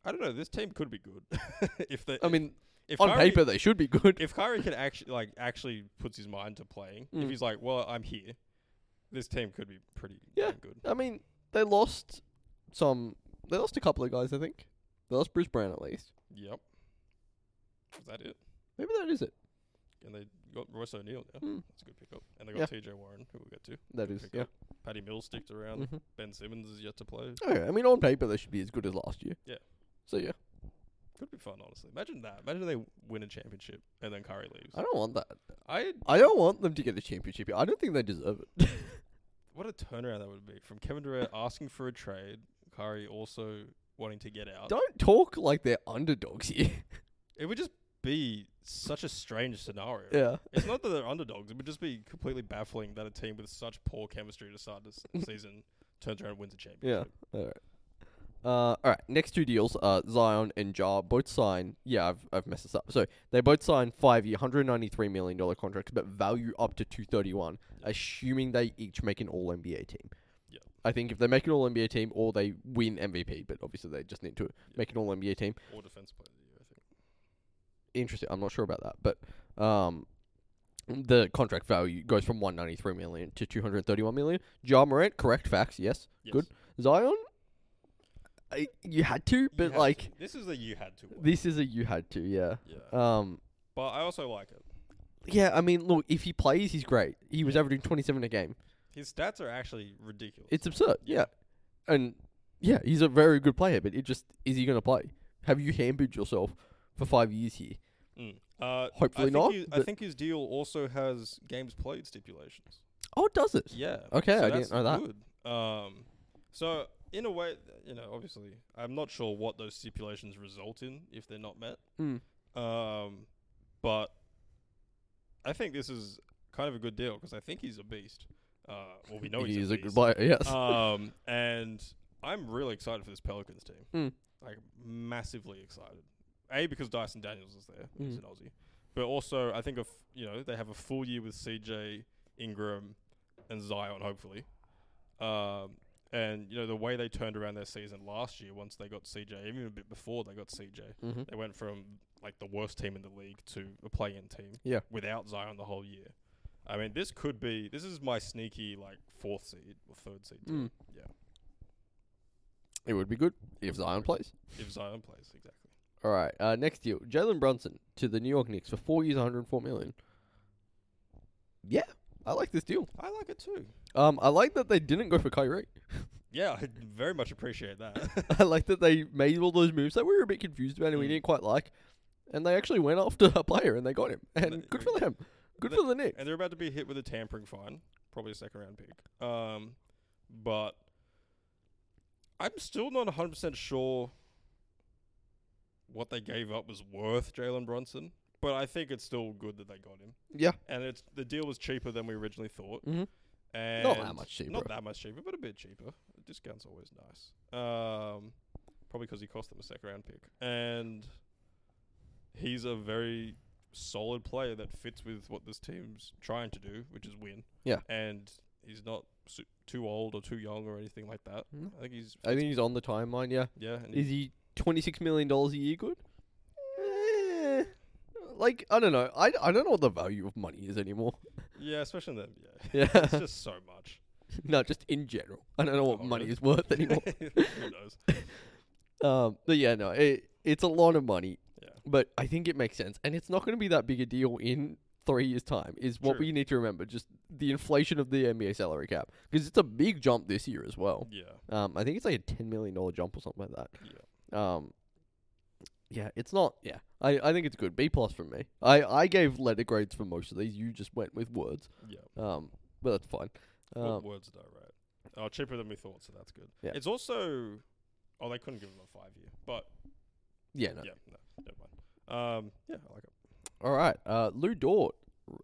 S2: I don't know. This team could be good if they.
S1: I mean,
S2: if
S1: on
S2: Kyrie-
S1: paper they should be good.
S2: if Kyrie can actually like actually puts his mind to playing,
S1: Mm.
S2: if he's like, well, I'm here, this team could be pretty
S1: Yeah.
S2: damn good.
S1: I mean, they lost some. They lost a couple of guys, I think. They lost Bruce Brown at least.
S2: Yep. Is that it?
S1: Maybe that is it.
S2: And they got Royce O'Neal now.
S1: Mm.
S2: That's a good pickup. And they
S1: Yeah.
S2: got T.J. Warren, who we'll get to.
S1: That
S2: Good
S1: is, yeah.
S2: pickup. Patty Mills sticked around.
S1: Mm-hmm.
S2: Ben Simmons is yet to play.
S1: Okay, Oh, I mean, on paper they should be as good as last year.
S2: Yeah.
S1: So yeah,
S2: Could be fun, honestly. Imagine that. Imagine they win a championship and then Kyrie leaves.
S1: I don't want that.
S2: I
S1: I don't want them to get a championship. I don't think they deserve it.
S2: what a turnaround that would be from Kevin Durant asking for a trade, Kyrie also wanting to get out.
S1: Don't talk like they're underdogs here.
S2: It would just be such a strange scenario.
S1: yeah.
S2: It's not that they're underdogs. It would just be completely baffling that a team with such poor chemistry to start this season turns around and wins a
S1: Yeah.
S2: championship.
S1: All right. Uh, all right. Next two deals, uh, Zion and Jar both sign. Yeah, I've I've messed this up. So they both sign five-year, hundred ninety-three million dollar contracts, but value up to two thirty-one, assuming they each make an All NBA team.
S2: Yeah.
S1: I think if they make an All NBA team, or they win MVP, but obviously they just need to make an All NBA team.
S2: Or defense player of the year, I think.
S1: Interesting. I'm not sure about that, but um, the contract value goes from one ninety-three million to two hundred thirty-one million. Ja Morant, correct facts. Yes.
S2: Yes.
S1: Good. Zion, I, you had to,
S2: You
S1: but
S2: had to.
S1: like
S2: this is the you had to. Win.
S1: this is a you had to, yeah.
S2: yeah.
S1: Um,
S2: but I also like it.
S1: yeah. I mean, look, if he plays, he's great. He was
S2: Yeah.
S1: averaging twenty-seven a game.
S2: His stats are actually ridiculous.
S1: It's absurd, yeah.
S2: Yeah.
S1: And yeah, he's a very good player, but it just is he going to play? Have you hampered yourself for five years here?
S2: Mm. Uh,
S1: Hopefully
S2: I think
S1: not,
S2: he- I
S1: but-
S2: think his deal also has games played stipulations.
S1: Oh, does it?
S2: Yeah.
S1: Okay, I didn't
S2: that's
S1: know that.
S2: Good. Um, so in a way, th- you know, obviously, I'm not sure what those stipulations result in if they're not met.
S1: Mm.
S2: Um, but I think this is kind of a good deal because I think he's a beast. Uh, well, we know
S1: he
S2: he's
S1: is
S2: a,
S1: a good
S2: beast.
S1: player. Yes.
S2: um, and I'm really excited for this Pelicans team.
S1: Mm.
S2: Like massively excited. A because Dyson Daniels is there. He's
S1: Mm.
S2: an Aussie, but also I think of you know they have a full year with CJ Ingram and Zion hopefully. Um, and you know the way they turned around their season last year once they got CJ, even a bit before they got CJ,
S1: mm-hmm.
S2: they went from like the worst team in the league to a play-in team.
S1: Yeah.
S2: Without Zion the whole year. I mean, this could be. This is my sneaky like fourth seed or third seed.
S1: Mm.
S2: Yeah.
S1: It would be good if Zion plays.
S2: If Zion plays, exactly.
S1: All right. Uh, next deal: Jalen Brunson to the New York Knicks for four years, 104 million. Yeah, I like this deal.
S2: I like it too.
S1: Um, I like that they didn't go for Kyrie.
S2: Yeah, I very much appreciate that.
S1: I like that they made all those moves that we were a bit confused about and we
S2: Mm.
S1: didn't quite like, and they actually went after a player and they got him. And
S2: they-
S1: good for them. Good
S2: they-
S1: for the Knicks.
S2: and they're about to be hit with a tampering fine, probably a second round pick. Um, but I'm still not 100 percent sure what they gave up was worth Jalen Brunson. But I think it's still good that they got him,
S1: Yeah,
S2: and it's the deal was cheaper than we originally thought.
S1: mm-hmm.
S2: And
S1: that much cheaper.
S2: Not that much cheaper, but a bit cheaper. A discount's always nice. Um, probably because he cost them a second round pick, and he's a very solid player that fits with what this team's trying to do, which is win.
S1: Yeah.
S2: and he's not su- too old or too young or anything like that.
S1: No.
S2: I think he's.
S1: I think he's on the timeline. Yeah,
S2: yeah, and
S1: is he twenty six million dollars a year? Good. Eh, Like I don't know. I, I don't know what the value of money is anymore.
S2: yeah, especially then. Yeah,
S1: Yeah,
S2: it's just so much.
S1: no, just in general. I don't know what
S2: Oh,
S1: money
S2: really?
S1: is worth anymore.
S2: Who knows?
S1: um, but yeah, no, it, it's a lot of money,
S2: Yeah.
S1: but I think it makes sense, and it's not going to be that big a deal in three years' time. Is what
S2: True.
S1: we need to remember, just the inflation of the NBA salary cap, because it's a big jump this year as well.
S2: Yeah.
S1: Um, I think it's like a ten million dollar jump or something like that.
S2: Yeah.
S1: Um, yeah, it's not. Yeah, I, I think it's good. B plus from me. I I gave letter grades for most of these. You just went with words.
S2: Yeah.
S1: Um, but that's fine.
S2: What
S1: Um,
S2: words did I write? Oh, cheaper than we thought, so that's good.
S1: Yeah.
S2: It's also, oh, they couldn't give him a five year, but
S1: yeah, no.
S2: yeah, no, never mind. Um, yeah, I like it.
S1: All right. Uh, Lou Dort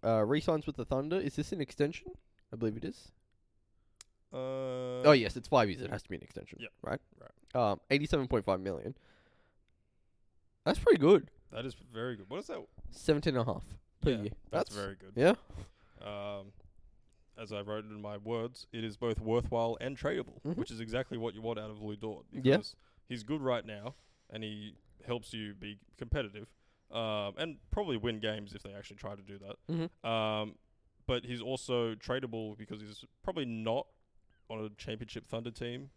S1: uh, re-signs with the Thunder. Is this an extension? I believe it is.
S2: Uh,
S1: oh yes, it's five years. It has to be an extension.
S2: yeah,
S1: Right. Right. Um, eighty-seven point five million. That's pretty good.
S2: that is very good. What is that?
S1: Seventeen and a half per
S2: Yeah,
S1: year.
S2: That's, very good.
S1: Yeah.
S2: Um, as I wrote in my words, it is both worthwhile and tradable,
S1: Mhm.
S2: which is exactly what you want out of Lou Dort
S1: Yeah.
S2: because he's good right now and he helps you be competitive um, and probably win games if they actually try to do that.
S1: Mhm.
S2: Um, but he's also tradable because he's probably not on a championship Thunder team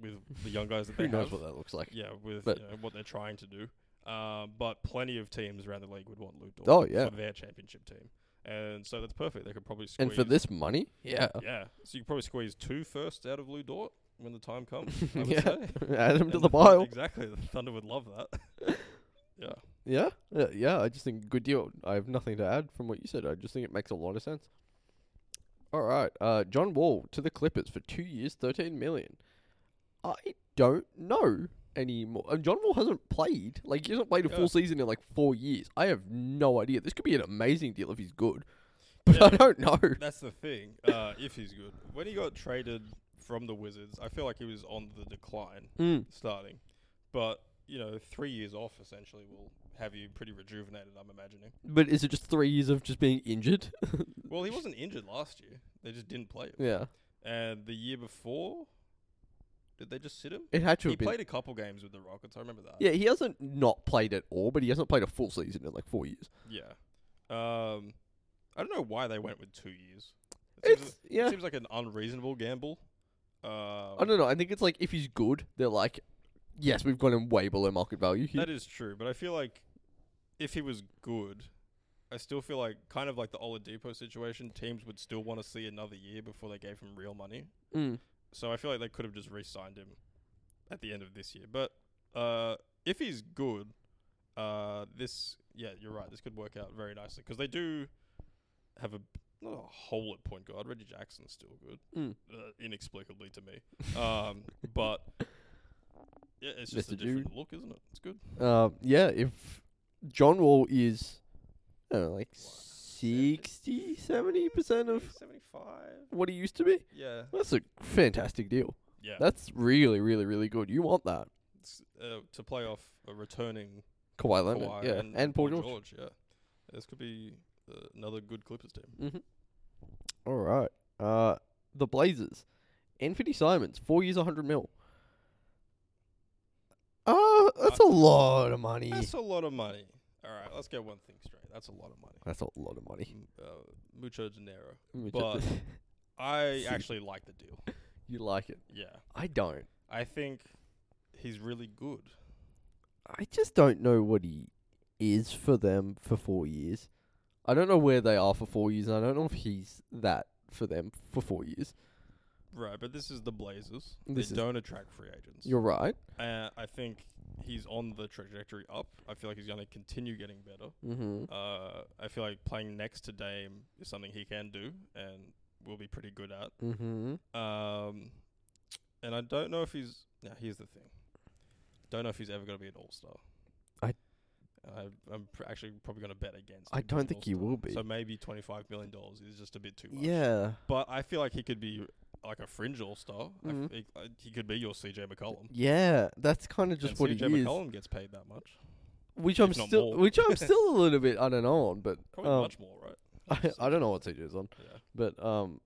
S2: with the young guys that they
S1: Who knows
S2: have.
S1: what that looks like?
S2: yeah, with
S1: but-
S2: you know, what they're trying to do. Um, but plenty of teams around the league would want Lou Dort
S1: Oh, yeah.
S2: for their championship team, and so that's perfect. They could probably squeeze
S1: And for this money, yeah.
S2: yeah. So you could probably squeeze two firsts out of Lou Dort when the time comes. I would
S1: yeah.
S2: say.
S1: Add them
S2: And
S1: to the
S2: Thund-
S1: pile.
S2: Exactly, the Thunder would love that. yeah,
S1: Yeah, yeah, yeah. I just think good deal. I have nothing to add from what you said. I just think it makes a lot of sense. All right, uh, John Wall to the Clippers for two years, thirteen million. I don't know anymore. And John Wall hasn't played like he hasn't played a
S2: Yeah.
S1: full season in like four years. I have no idea. This could be an amazing deal if he's good, but I
S2: Yeah.
S1: don't know.
S2: that's the thing. Uh, if he's good, when he got traded from the Wizards, I feel like he was on the decline
S1: Mm.
S2: starting, but you know, three years off essentially will have you pretty rejuvenated. I'm imagining.
S1: But is it just three years of just being injured?
S2: Well, he wasn't injured last year. They just didn't play him.
S1: yeah,
S2: And the year before, did they just sit him?
S1: it had to
S2: He
S1: have been.
S2: played a couple games with the Rockets. I remember that.
S1: yeah, he hasn't not played at all, but he hasn't played a full season in like four years.
S2: Yeah. Um, I don't know why they went with two years. It seems,
S1: It's yeah.
S2: it seems like an unreasonable gamble. Uh,
S1: I don't know. I think it's like if he's good, they're like, yes, we've got him way below market value. He,
S2: That is true, but I feel like if he was good, I still feel like kind of like the Oladipo situation. Teams would still want to see another year before they gave him real money.
S1: Mm.
S2: So I feel like they could have just re-signed him at the end of this year. But uh, if he's good, uh, this yeah, you're right. This could work out very nicely because they do have a not a hole at point guard. Reggie Jackson's still good,
S1: Mm.
S2: uh, inexplicably to me. Um, but yeah, it's just a
S1: Mr.
S2: different look, isn't it? It's good.
S1: Um, yeah, if John Wall is, I don't know, like 60, 70% of
S2: seventy-five.
S1: what he used to be,
S2: Yeah,
S1: that's a fantastic deal.
S2: yeah.
S1: That's really, really, really good. You want that.
S2: It's, uh, to play off a returning
S1: Kawhi Leonard,
S2: Kawhi
S1: yeah, and, Paul George.
S2: Yeah, this could be uh, another good Clippers team.
S1: All right. Uh, the Blazers. Anthony Simons, four years, 100 mil. Uh, that's a lot of money.
S2: That's a lot of money. All right, let's get one thing straight. That's a lot of money.
S1: That's a lot of money.
S2: M- Uh, mucho dinero.
S1: Which is-
S2: But- I
S1: See.
S2: actually like the deal.
S1: you like it.
S2: Yeah,
S1: I don't.
S2: I think he's really good.
S1: I just don't know what he is for them for four years. I don't know where they are for four years, and I don't know if he's that for them for four years.
S2: Right, but this is the Blazers.
S1: This
S2: they
S1: is-
S2: don't attract free agents.
S1: You're right.
S2: Uh, I think he's on the trajectory up. I feel like he's going to continue getting better.
S1: Mm-hmm.
S2: Uh, I feel like playing next to Dame is something he can do and will be pretty good at.
S1: Mm-hmm.
S2: Um, and I don't know if he's. Now, here's the thing. Don't know if he's ever going to be an all star.
S1: I-
S2: I, I'm pr- actually probably going to bet against.
S1: I
S2: him being
S1: don't
S2: an
S1: think he
S2: all-star.
S1: will be.
S2: So maybe twenty five million dollars is just a bit too much.
S1: yeah.
S2: But I feel like he could be like a fringe all star.
S1: Mhm.
S2: He, uh, he could be your CJ McCollum.
S1: Yeah. That's kind of just
S2: and
S1: what
S2: CJ
S1: he is.
S2: McCollum gets paid that much.
S1: Which I'm
S2: if not
S1: still,
S2: more.
S1: which I'm still a little bit I don't know on, but
S2: Probably
S1: um,
S2: much more, right?
S1: I, I don't know what CJ's on.
S2: Yeah.
S1: But um,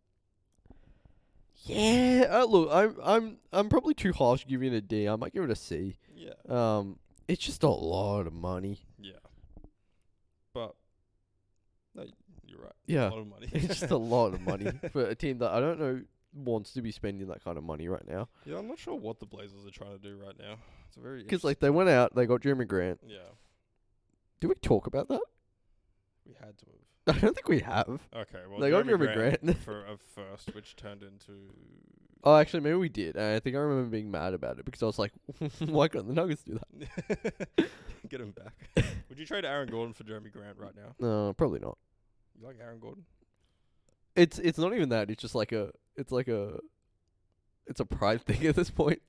S1: yeah. Uh, look, I'm I'm I'm probably too harsh giving it a D. I might give it a C.
S2: Yeah.
S1: Um, it's just a lot of money.
S2: Yeah. But no, y- you're right.
S1: Yeah,
S2: A lot of money.
S1: it's just a lot of money for a team that I don't know wants to be spending that kind of money right now.
S2: Yeah, I'm not sure what the Blazers are trying to do right now. It's a very
S1: Because
S2: interest-
S1: like they went out, they got Jeremy Grant.
S2: yeah,
S1: Did we talk about that?
S2: we had to have.
S1: I don't think we have.
S2: Okay, well,
S1: they got
S2: Jeremy
S1: Jeremy
S2: Grant
S1: Grant.
S2: for a first, which turned into
S1: oh, actually, maybe we did. And I think I remember being mad about it because I was like, why couldn't the Nuggets do that?
S2: Get him back. Would you trade Aaron Gordon for Jeremy Grant right now?
S1: No, probably not.
S2: You like Aaron Gordon?
S1: It's it's not even that. It's just like a it's like a it's a pride thing at this point.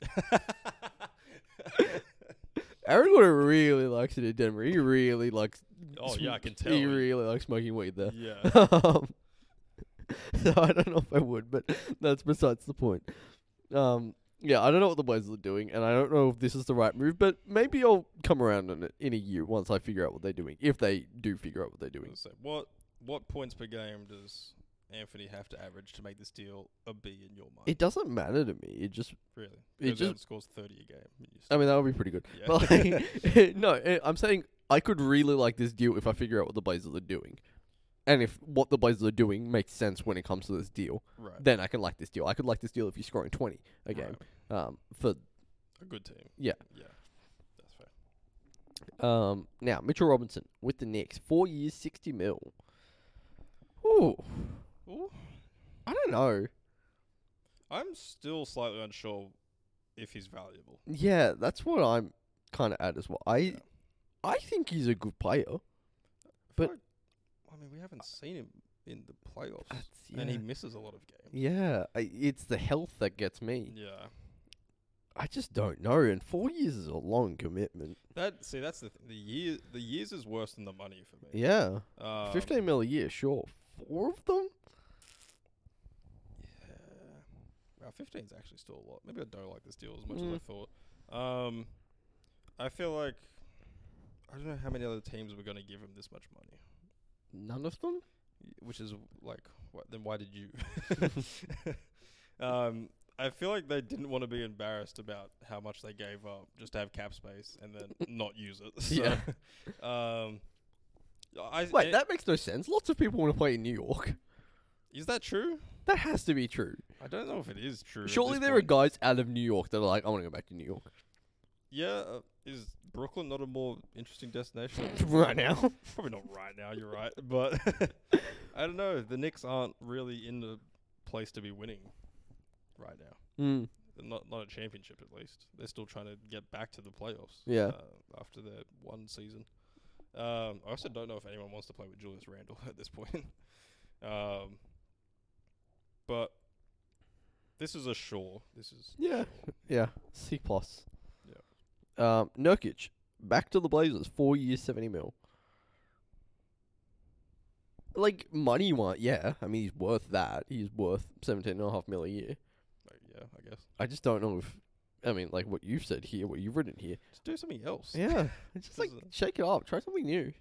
S1: Aaron Gordon really likes it in Denver. He really likes.
S2: oh yeah, I can tell.
S1: He really likes smoking weed there.
S2: yeah.
S1: um, so I don't know if I would, but that's besides the point. Um, yeah, I don't know what the Blazers are doing, and I don't know if this is the right move, but maybe I'll come around on it in a year once I figure out what they're doing, if they do figure out what they're doing.
S2: So what what points per game does Anthony have to average to make this deal a B in your mind?
S1: It doesn't matter to me. It just,
S2: really.
S1: it
S2: Goes out
S1: just-
S2: and scores thirty a game. and you
S1: I
S2: still-
S1: mean, that would be pretty good.
S2: yeah.
S1: But like, no, eh, I'm saying I could really like this deal if I figure out what the Blazers are doing. And if what the Blazers are doing makes sense when it comes to this deal,
S2: right.
S1: then I can like this deal. I could like this deal if you're scoring 20 a
S2: right.
S1: game um, for
S2: A good team.
S1: Yeah.
S2: Yeah. That's fair.
S1: Um, now Mitchell Robinson with the Knicks, four years, sixty mil. Ooh,
S2: Ooh.
S1: I don't know.
S2: I'm still slightly unsure if he's valuable.
S1: Yeah, that's what I'm kind of at as well. I
S2: Yeah.
S1: I think he's a good player.
S2: I feel
S1: But-
S2: like- I mean, we haven't seen him in the playoffs,
S1: Uh, yeah.
S2: and he misses a lot of games.
S1: yeah, I, it's the health that gets me.
S2: Yeah,
S1: I just don't know. And four years is a long commitment.
S2: that see, that's the th- the year the years is worse than the money for me.
S1: Yeah,
S2: um,
S1: fifteen mil a year, sure. Four of them.
S2: Yeah. Wow, fifteen's actually still a lot. Maybe I don't like this deal as much
S1: Mm.
S2: as I thought. Um, I feel like I don't know how many other teams were going to give him this much money,
S1: None of them.
S2: Y- which is like, wh- then why did you? um, I feel like they didn't want to be embarrassed about how much they gave up just to have cap space and then not use it. So,
S1: Yeah.
S2: um, I,
S1: Wait,
S2: eh,
S1: that makes no sense. Lots of people want to play in New York.
S2: is that true?
S1: That has to be true.
S2: I don't know if it is true. at
S1: Surely
S2: this
S1: there
S2: point.
S1: are guys out of New York that are like, I want to go back to New York.
S2: Yeah, uh, is Brooklyn not a more interesting destination?
S1: right now.
S2: Probably not right now. You're right, but I don't know. The Knicks aren't really in the place to be winning right now.
S1: Mm.
S2: They're not not a championship at least. They're still trying to get back to the playoffs.
S1: Yeah.
S2: Uh, after their one season, um, I also don't know if anyone wants to play with Julius Randle at this point. um, but this is a sure. This is
S1: Yeah. Yeah. C plus.
S2: Yeah.
S1: Yeah. Um, Nurkic back to the Blazers, four years, seventy mil. Like money wise, yeah. I mean, he's worth that. He's worth seventeen and a half mil a year.
S2: like, yeah, I guess.
S1: I just don't know if, I mean, like what you've said here, what you've written here.
S2: Just do something else.
S1: Yeah, it's just like
S2: This is a-
S1: shake it up, try something new.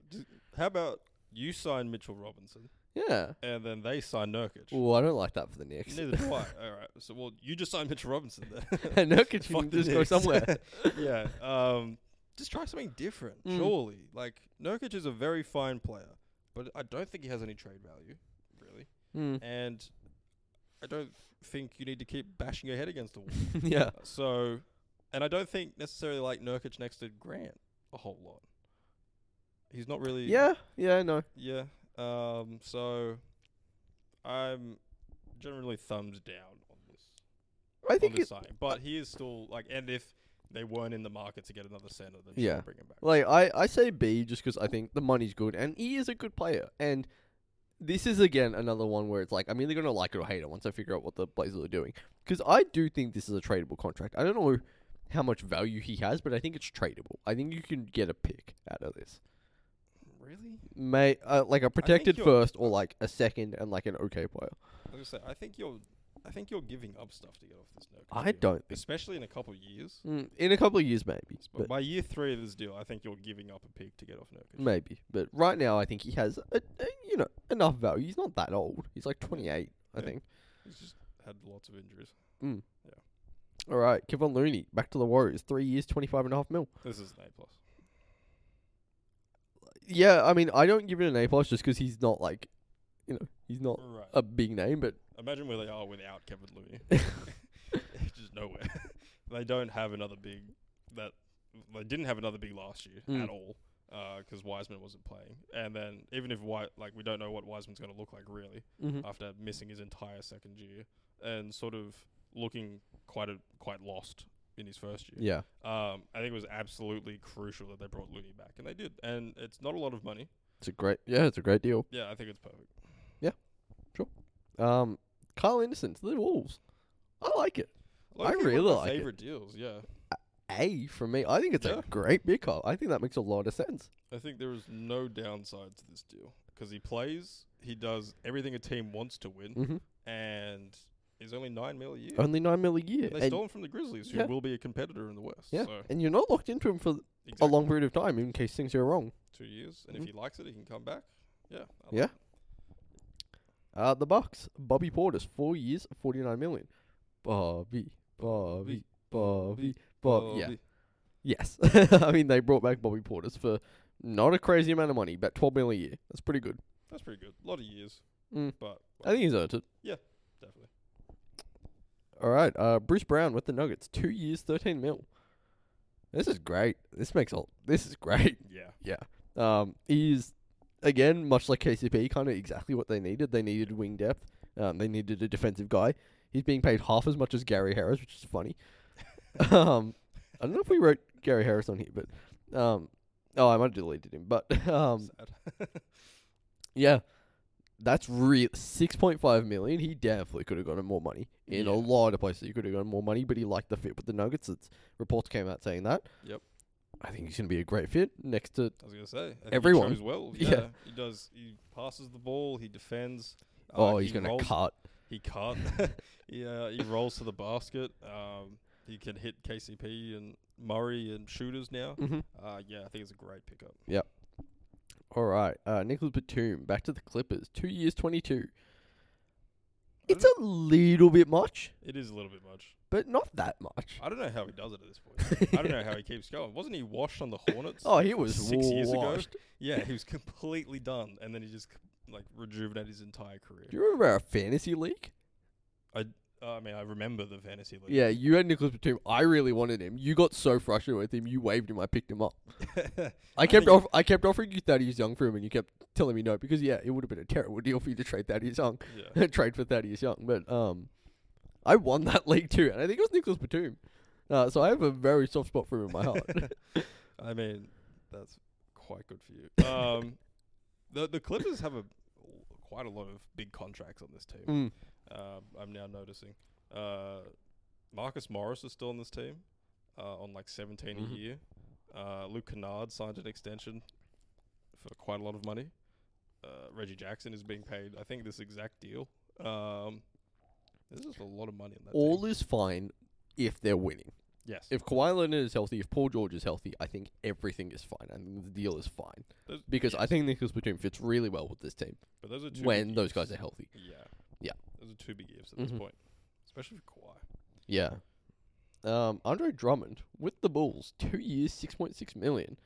S2: How about you sign Mitchell Robinson
S1: Yeah.
S2: and then they sign Nurkic?
S1: Well, I don't like that for the Knicks.
S2: Neither do I. All right. So, well, you just signed Mitchell Robinson then.
S1: and Nurkic
S2: Fuck
S1: can
S2: the
S1: just go
S2: Knicks.
S1: somewhere.
S2: yeah. Um, just try something different.
S1: Mm.
S2: Surely, like Nurkic is a very fine player, but I don't think he has any trade value, really.
S1: Hmm.
S2: And I don't think you need to keep bashing your head against the wall. Uh,
S1: yeah.
S2: so, and I don't think necessarily like Nurkic next to Grant a whole lot. He's not really.
S1: Yeah. Yeah. I know.
S2: Yeah. Um. So, I'm generally thumbs down on this.
S1: I
S2: on
S1: think
S2: this
S1: it's
S2: signing, but he is still like, and if they weren't in the market to get another center, then
S1: Yeah.
S2: yeah, bring him back.
S1: Like I, I say B just because I think the money's good and he is a good player. And this is again another one where it's like I'm either gonna like it or hate it once I figure out what the Blazers are doing. Because I do think this is a tradable contract. I don't know how much value he has, but I think it's tradable. I think you can get a pick out of this,
S2: Really?
S1: may uh, like a protected
S2: you're-
S1: first or like a second and like an okay player.
S2: Like I say, I think you're, I think you're giving up stuff to get off this Nurkic.
S1: I
S2: deal,
S1: don't think
S2: especially in a couple of years.
S1: mm, in a couple of years maybe,
S2: S- But
S1: but
S2: by year three of this deal, I think you're giving up a pick to get off Nurkic.
S1: maybe. But right now I think he has a, a, you know enough value. He's not that old. He's like 28, I
S2: Yeah.
S1: think.
S2: He's just had lots of injuries.
S1: All right, Kevin Looney back to the Warriors. Three years, twenty-five and a half mil.
S2: This is an A plus.
S1: Yeah, I mean, I don't give it an A plus just because he's not like, you know, he's not
S2: Right.
S1: a big name, but
S2: Imagine where they are without Kevin Looney. Just nowhere. they don't have another big that they didn't have another big last year
S1: Mm.
S2: at all because Wiseman wasn't playing. And then even if White like we don't know what Wiseman's going to look like really
S1: Mhm.
S2: after missing his entire second year and sort of looking quite a, quite lost in his first year.
S1: Yeah.
S2: Um, I think it was absolutely crucial that they brought Looney back, and they did. And it's not a lot of money.
S1: It's a great yeah, it's a great deal.
S2: Yeah, I think it's perfect.
S1: Um Kyle Anderson to the Wolves. I like it.
S2: A lot of
S1: I
S2: people
S1: really
S2: have
S1: like it.
S2: favorite deals. Yeah,
S1: A for me. I think it's
S2: Yeah.
S1: a great pick up. I think that makes a lot of sense.
S2: I think there is no downside to this deal because he plays, he does everything a team wants to win,
S1: Mm-hmm.
S2: and he's only nine mil a year.
S1: Only nine mil a year.
S2: And they
S1: And,
S2: stole him from the Grizzlies, who
S1: Yeah.
S2: will be a competitor in the West.
S1: Yeah.
S2: So
S1: and you're not locked into him for a
S2: exactly
S1: long period of time in case things go wrong.
S2: two years, and
S1: Mhm.
S2: if he likes it, he can come back. Yeah. I like
S1: Yeah.
S2: it.
S1: Uh the Bucks, Bobby Portis, four years, forty nine million. Bobby, Bobby, Bobby, Bobby. Yeah.
S2: Probably.
S1: Yes. I mean they brought back Bobby Portis for not a crazy amount of money, about twelve mil a year. That's pretty good.
S2: That's pretty good. A lot of years,
S1: Mm.
S2: but
S1: I think he's earned it.
S2: definitely.
S1: All right, uh, Bruce Brown with the Nuggets, two years, thirteen mil. This is great. This makes all. This is great.
S2: Yeah.
S1: Yeah. Um, he's again much like KCP, kind of exactly what they needed. They needed wing depth. Um, they needed a defensive guy. He's being paid half as much as Gary Harris, which is funny. um, I don't know if we wrote Gary Harris on here, but um, oh, I might have deleted him. But um,
S2: Sad.
S1: yeah, that's real. Six point five million. He definitely could have gotten more money in a
S2: Yeah.
S1: lot of places. He could have gotten more money, but he liked the fit with the Nuggets. It's reports came out saying that.
S2: Yep.
S1: I think he's gonna be a great fit next to.
S2: I was gonna say I think
S1: Everyone.
S2: he chose well.
S1: Yeah.
S2: Yeah. he does. He passes the ball. He defends. uh,
S1: Oh, he's gonna
S2: rolls,
S1: cut.
S2: He cut. yeah, he rolls to the basket. Um, he can hit KCP and Murray and shooters now.
S1: Mm-hmm.
S2: Uh, yeah, I think it's a great pickup.
S1: All right, uh, Nicholas Batum back to the Clippers. Two years, twenty-two.
S2: I
S1: It's a little bit much,
S2: It is a little bit much.
S1: but not that much.
S2: I don't know how he does it at this point. I don't know how he keeps going. Wasn't he washed on the Hornets?
S1: Oh, he was
S2: Six years ago.
S1: washed.
S2: Yeah, he was completely done, and then he just c- like rejuvenated his entire career.
S1: Do you remember our fantasy league?
S2: Uh, I mean, I remember the fantasy league.
S1: Yeah, you had Nicholas Batum. I really wanted him. You got so frustrated with him, you waived him. I picked him up. I
S2: I
S1: kept
S2: think-
S1: off. I kept offering you Thaddeus Young for him, and you kept telling me no because yeah, it would have been a terrible deal for you to trade Thaddeus Young,
S2: yeah.
S1: trade for Thaddeus Young. But um, I won that league too, and I think it was Nicholas Batum. Uh, so I have a very soft spot for him in my heart.
S2: I mean, that's quite good for you. Um, the the Clippers have a quite a lot of big contracts on this team.
S1: Mm.
S2: Uh, I'm now noticing. Uh, Marcus Morris is still on this team, uh, on like 17
S1: Mhm.
S2: a year. Uh, Luke Kennard signed an extension for quite a lot of money. Uh, Reggie Jackson is being paid, I think, this exact deal. Um, there's just a lot of money in that. team.
S1: All is fine if they're winning.
S2: yes,
S1: If Kawhi Leonard is healthy, if Paul George is healthy, I think everything is fine. I think the deal is fine
S2: Those-
S1: because I
S2: yes,
S1: think Nicholas Batum fits really well with this team
S2: but those are two big
S1: when those guys
S2: ifs.
S1: are healthy.
S2: Yeah.
S1: Yeah.
S2: Those are two big ifs at
S1: Mhm.
S2: this point. Especially for Kawhi.
S1: Yeah. Um, Andre Drummond with the Bulls, two years, six point six million.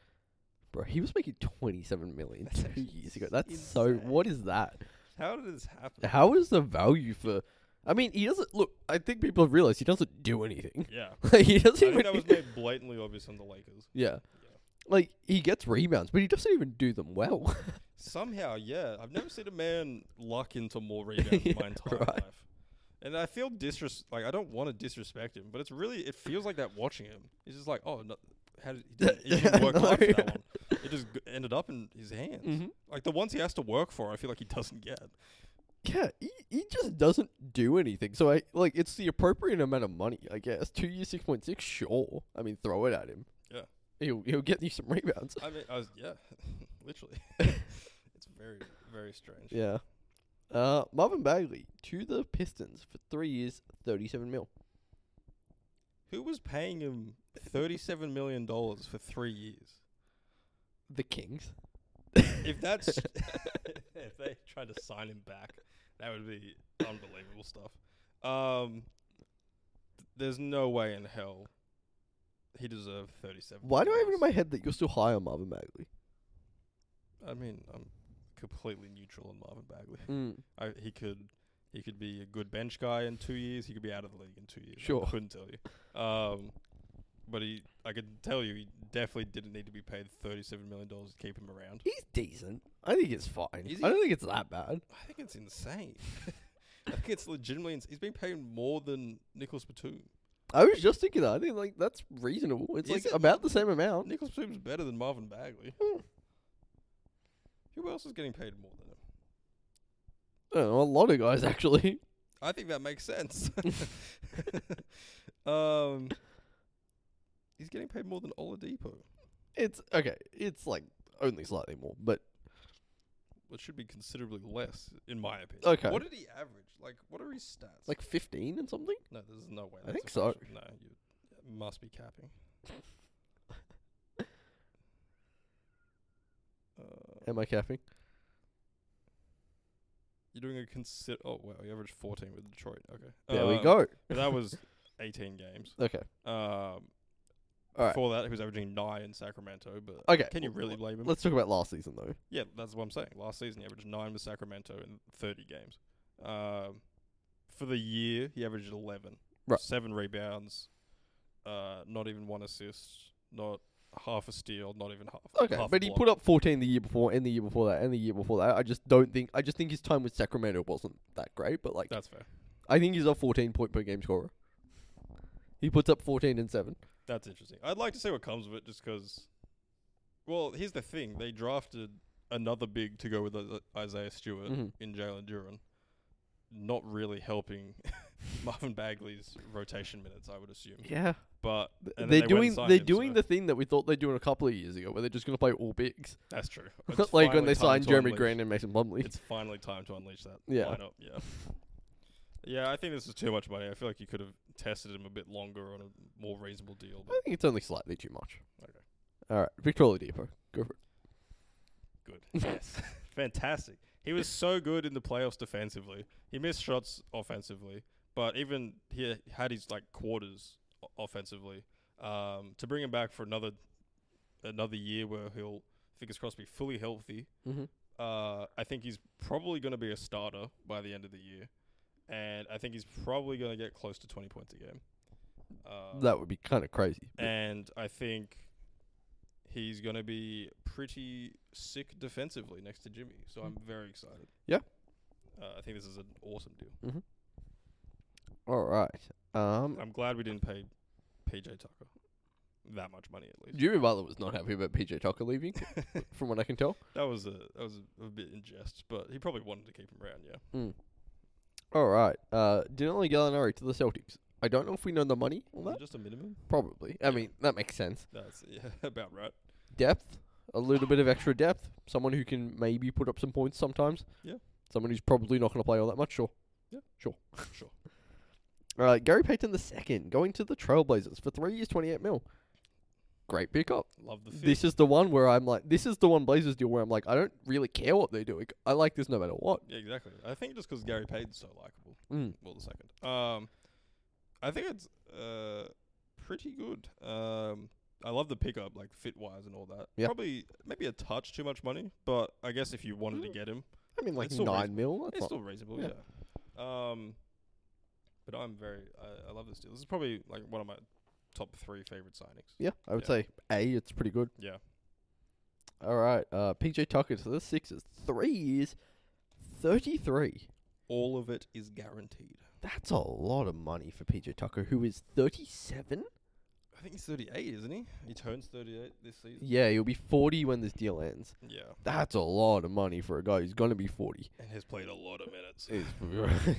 S1: Bro, he was making twenty seven million
S2: That's
S1: two
S2: actually
S1: years ago. That's so.
S2: insane.
S1: What is that?
S2: How did this happen?
S1: How is the value for? I mean, he doesn't look. I think people have realized he doesn't do anything.
S2: Yeah.
S1: Like, he
S2: I
S1: doesn't
S2: think
S1: even.
S2: that was made blatantly obvious on the Lakers.
S1: yeah.
S2: Yeah.
S1: Like he gets rebounds, but he doesn't even do them well.
S2: Somehow, yeah. I've never seen a man luck into more rebounds in my entire
S1: right.
S2: life. And I feel disres like I don't want to disrespect him, but it's really it feels like that watching him. He's just like, oh, no, how did he didn't, he
S1: Yeah,
S2: didn't work
S1: no,
S2: hard for
S1: yeah. Mm-hmm.
S2: that one? It just g- ended up in his hands. Like the ones he has to work for, I feel like he doesn't get.
S1: Yeah, he, he just doesn't do anything. So I like it's the appropriate amount of money, I guess. Two years, six point six, sure. I mean, throw it at him.
S2: Yeah.
S1: he'll he'll get you some rebounds.
S2: I mean, I was yeah, literally. it's very very strange.
S1: Yeah. Uh, Marvin Bagley to the Pistons for three years, thirty-seven mil.
S2: Who was paying him thirty-seven million dollars for three years?
S1: The Kings.
S2: If that's if they tried to sign him back, that would be unbelievable stuff. Um, th- there's no way in hell he deserved thirty-seven.
S1: Why do I have it in
S2: million
S1: my head that you're still high on Marvin Bagley?
S2: dollars. I mean, I'm completely neutral on Marvin Bagley.
S1: Mm.
S2: I, he could He could be a good bench guy in two years. He could be out of the league in two years. I
S1: Sure.
S2: couldn't tell you. Um, but he, I could tell you, he definitely didn't need to be paid thirty-seven million dollars to keep him around.
S1: He's decent. I think it's fine.
S2: Is
S1: I
S2: he?
S1: don't think it's that bad.
S2: I think it's insane. I think it's legitimately. Ins- he's been paid more than Nicholas Batum.
S1: I was just thinking that. I think like that's reasonable. It's
S2: Is
S1: like
S2: it?
S1: about the same amount.
S2: Nicholas Batum's better than Marvin Bagley. Hmm. Who else is getting paid more than him?
S1: I don't know, a lot of guys actually.
S2: I think that makes sense. um, he's getting paid more than Oladipo,
S1: It's okay. It's like only slightly more, but
S2: which should be considerably less, in my opinion.
S1: Okay.
S2: What did he average? Like, what are his stats?
S1: like fifteen and something.
S2: no, there's no way.
S1: I
S2: that's
S1: think so.
S2: official. No, you you must be capping. Uh,
S1: Am I capping?
S2: you're doing a consider. Oh wow, he averaged 14 with Detroit. Okay.
S1: There we
S2: Um,
S1: go.
S2: But that was 18 games.
S1: Okay.
S2: Um,
S1: All right.
S2: Before that, he was averaging nine in Sacramento. But
S1: Okay,
S2: can you
S1: w-
S2: really blame him?
S1: Let's talk about last season though.
S2: Yeah, that's what I'm saying. Last season, he averaged nine with Sacramento in 30 games. Um, for the year, he averaged 11,
S1: Right.
S2: seven rebounds, uh, not even one assist, not half a steal, not even half.
S1: Okay,
S2: half a
S1: but he
S2: block.
S1: put up 14 the year before, and the year before that, and the year before that. I just don't think. I just think his time with Sacramento wasn't that great. But like,
S2: That's fair.
S1: I think he's a 14 point per game scorer. He puts up 14 and seven.
S2: That's interesting. I'd like to see what comes of it, just because. Well, here's the thing: they drafted another big to go with Isa- Isaiah Stewart
S1: Mhm.
S2: in Jalen Duran, not really helping Marvin Bagley's rotation minutes, I would assume.
S1: Yeah,
S2: But and
S1: they're
S2: then they went and
S1: doing
S2: signed
S1: they're
S2: him,
S1: doing
S2: so-
S1: the thing that we thought they're doing a couple of years ago, where they're just going to play all bigs,
S2: That's true. It's
S1: like when
S2: finally
S1: they
S2: time
S1: signed
S2: to
S1: Jeremy
S2: unleash-
S1: Grant and Mason Plumlee.
S2: It's finally time to unleash that
S1: Yeah.
S2: lineup. Yeah. Yeah, I think this is too much money. I feel like you could have tested him a bit longer on a more reasonable deal.
S1: I
S2: But
S1: think it's only slightly too much.
S2: Okay.
S1: All right, Victor Oladipo, go for it.
S2: good. Yes. Fantastic. He was so good in the playoffs defensively. He missed shots offensively, but even he had his like quarters o- offensively. Um, to bring him back for another another year where he'll fingers crossed be fully healthy
S1: Mm-hmm.
S2: uh, I think he's probably going to be a starter by the end of the year, and I think he's probably going to get close to twenty points a game. Uh,
S1: that would be kind of crazy. but-
S2: and I think he's going to be pretty sick defensively next to Jimmy. So I'm very excited.
S1: Yeah.
S2: Uh, I think this is an awesome deal.
S1: all right, um,
S2: I'm glad we didn't pay PJ Tucker that much money at least.
S1: Jimmy Butler was not happy about PJ Tucker leaving, from what I can tell.
S2: that was a that was a, a bit in jest, but he probably wanted to keep him around. Yeah.
S1: All right. Uh, Danilo Gallinari to the Celtics. I don't know if we know the money on
S2: Was
S1: that.
S2: it just a minimum.
S1: Probably. I
S2: Yeah.
S1: mean, that makes sense.
S2: That's yeah, about right.
S1: Depth, a little bit of extra depth. Someone who can maybe put up some points sometimes.
S2: Yeah.
S1: Someone who's probably not going to play all that much. Sure.
S2: Yeah.
S1: Sure.
S2: Sure.
S1: Uh, Gary Payton the second going to the Trailblazers for three years, twenty-eight mil. Great pickup.
S2: Love the fit.
S1: This is the one where I'm like, this is the one Blazers deal where I'm like, I don't really care what they're doing. I like this no matter what.
S2: Yeah, exactly. I think just 'cause Gary Payton's so likable.
S1: Mm.
S2: Well, the second. Um, I think it's uh pretty good. Um, I love the pickup, like fit wise and all that.
S1: Yeah.
S2: Probably maybe a touch too much money, but I guess if you wanted to
S1: Mm.
S2: get him,
S1: I mean, like
S2: It's still
S1: nine mil. That's
S2: it's
S1: not-
S2: still reasonable. Yeah.
S1: yeah.
S2: Um, but I'm very. I, I love this deal. This is probably like one of my top three favorite signings.
S1: yeah, I would
S2: Yeah.
S1: say a. It's pretty good.
S2: Yeah.
S1: All right, uh, PJ Tucker to the Sixers, three years, thirty-three.
S2: All of it is guaranteed.
S1: That's a lot of money for PJ Tucker, who is thirty-seven.
S2: I think he's 38, isn't he? He turns 38 this season.
S1: Yeah, he'll be forty when this deal ends.
S2: Yeah.
S1: That's a lot of money for a guy who's gonna be forty.
S2: And has played a lot of minutes.
S1: It's-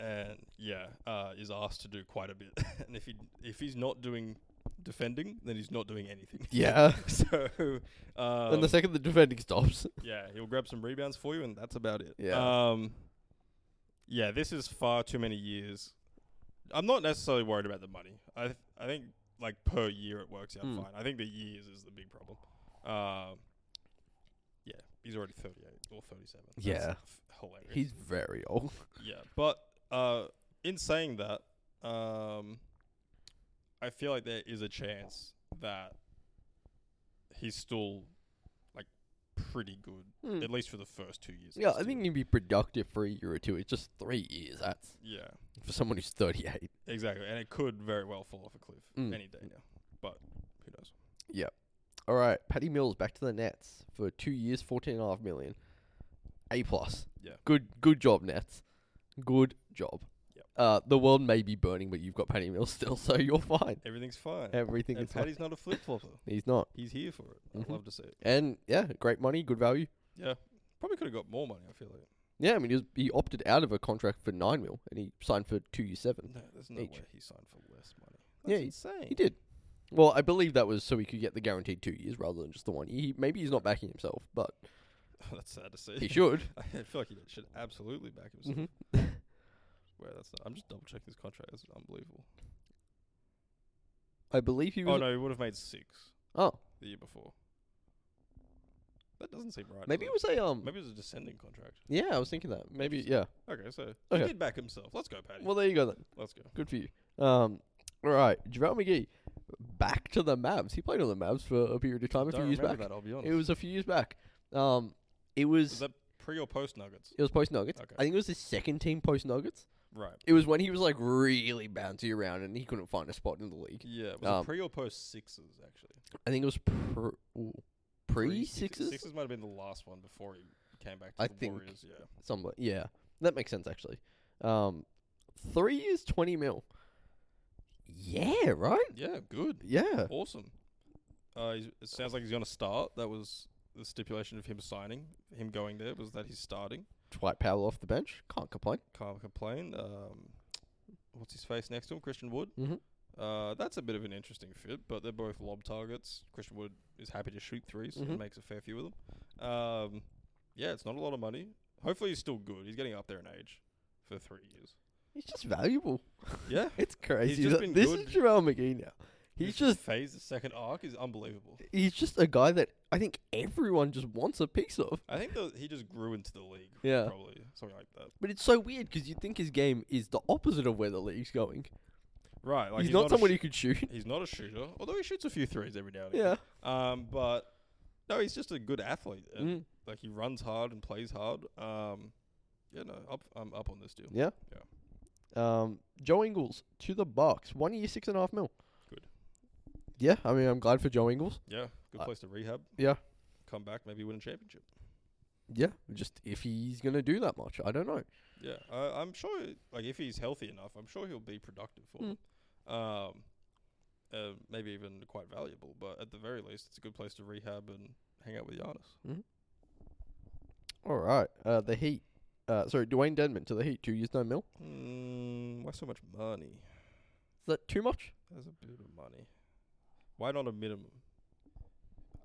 S2: and yeah, uh, is asked to do quite a bit. and if he if he's not doing defending, then he's not doing anything.
S1: yeah,
S2: so um,
S1: and the second the defending stops,
S2: yeah, he'll grab some rebounds for you, and that's about it.
S1: Yeah.
S2: Um, yeah, this is far too many years. I'm not necessarily worried about the money. I th- I think like per year it works out
S1: Hmm.
S2: fine. I think the years is the big problem. Um, yeah, he's already 38 or 37. That's
S1: Yeah.
S2: f- hilarious.
S1: he's very old.
S2: Yeah, but uh, in saying that, um, I feel like there is a chance that he's still like pretty good,
S1: Hmm.
S2: at least for the first two years. of
S1: Yeah,
S2: his
S1: I think
S2: deal.
S1: he'd be productive for a year or two. It's just three years. That's
S2: Yeah,
S1: for someone who's 38.
S2: exactly. And it could very well fall off a cliff
S1: Mm.
S2: any day now. But who knows?
S1: All right, Patty Mills back to the Nets for two years, fourteen and a half million. A plus.
S2: Yeah.
S1: Good. Good job, Nets. Good job.
S2: Yep.
S1: Uh, the world may be burning, but you've got Patty Mills still, so you're fine.
S2: Everything's fine.
S1: Everything
S2: and
S1: is fine.
S2: Patty's not a flip flopper.
S1: He's not.
S2: He's here for it.
S1: Mhm.
S2: I love to see it.
S1: And yeah, great money, good value.
S2: Yeah, probably could have got more money. I feel like
S1: Yeah, I mean he, was, he opted out of a contract for nine mil, and he signed for two years seven.
S2: no, there's no
S1: Each.
S2: way he signed for less money.
S1: Yeah,
S2: That's insane.
S1: He did. Well, I believe that was so he could get the guaranteed two years rather than just the one. year. He, maybe he's not backing himself, but
S2: That's sad to
S1: he
S2: see.
S1: should.
S2: I feel like he should absolutely back himself.
S1: hmm
S2: Where that's not, I'm just double checking his contract. It's unbelievable.
S1: I believe he
S2: Oh
S1: was.
S2: no, he would have made six
S1: oh,
S2: the year before. That doesn't seem right. does
S1: maybe
S2: it
S1: it was a um.
S2: Maybe it was a descending contract.
S1: Yeah, I was thinking that. Maybe yeah.
S2: Okay, so
S1: Okay.
S2: he did back himself. Let's go, Patty.
S1: Well, there you go then.
S2: Let's go.
S1: Good for you. Um, all right, Javale McGee, back to the Mavs. He played on the Mavs for a period of time a few
S2: Don't
S1: years
S2: remember
S1: back.
S2: that. I'll be honest.
S1: It was a few years back. Um, it was,
S2: Was that pre or post Nuggets?
S1: it was post Nuggets.
S2: Okay.
S1: I think it was his second team post Nuggets.
S2: Right.
S1: It was when he was like really bouncy around and he couldn't find a spot in the league.
S2: Yeah. Was
S1: Um,
S2: it pre or post Sixers actually?
S1: I think it was pr- ooh, pre sixes.
S2: Sixers might have been the last one before he came back to
S1: I
S2: the
S1: think-
S2: Warriors. Yeah.
S1: Somewhat, yeah, that makes sense actually. Um, three years, twenty mil. Yeah, right.
S2: Yeah. Good.
S1: Yeah,
S2: Awesome. Uh, he's, it sounds like he's going to start. That was the stipulation of him signing, him going there, was that he's starting.
S1: Dwight Powell off the bench. Can't complain.
S2: Can't complain. Um, what's his face next to him? Christian Wood.
S1: Mhm.
S2: Uh, that's a bit of an interesting fit, but they're both lob targets. Christian Wood is happy to shoot 3s
S1: Mhm.
S2: and makes a fair few of them. Um, yeah, it's not a lot of money. Hopefully, he's still good. He's getting up there in age for three years.
S1: He's just valuable.
S2: Yeah,
S1: It's crazy.
S2: just
S1: that-
S2: been
S1: this
S2: good.
S1: is Jerome McGee now. He's
S2: His
S1: just
S2: phase the second arc is unbelievable.
S1: he's just a guy that I think everyone just wants a piece of.
S2: I think the, he just grew into the league.
S1: Yeah.
S2: probably something like that.
S1: But it's so weird because you think his game is the opposite of where the league's going.
S2: Right, like
S1: he's, not,
S2: a
S1: someone
S2: sh-
S1: who could shoot.
S2: He's not a shooter, although he shoots a few threes every now and
S1: yeah.
S2: again. Um, but no, he's just a good athlete. And,
S1: Mm.
S2: Like he runs hard and plays hard. Um, yeah, no, up, I'm up on this deal.
S1: Yeah.
S2: Yeah.
S1: Um, Joe Ingles to the Bucks. One year, six and a half mil.
S2: Good.
S1: Yeah, I mean, I'm glad for Joe Ingles.
S2: Yeah, good
S1: Uh,
S2: place to rehab.
S1: yeah.
S2: come back, maybe win a championship.
S1: Yeah, just if he's gonna do that much, I don't know.
S2: Yeah, I, I'm sure. Like if he's healthy enough, I'm sure he'll be productive for
S1: Mm.
S2: them. Um, uh, maybe even quite valuable. But at the very least, it's a good place to rehab and hang out with Giannis.
S1: All right. Uh, the Heat. Uh, sorry, Dwayne Denman to the Heat. Two years, nine mil.
S2: Mm, why so much money?
S1: Is that too much?
S2: That's a bit of money. Why not a minimum?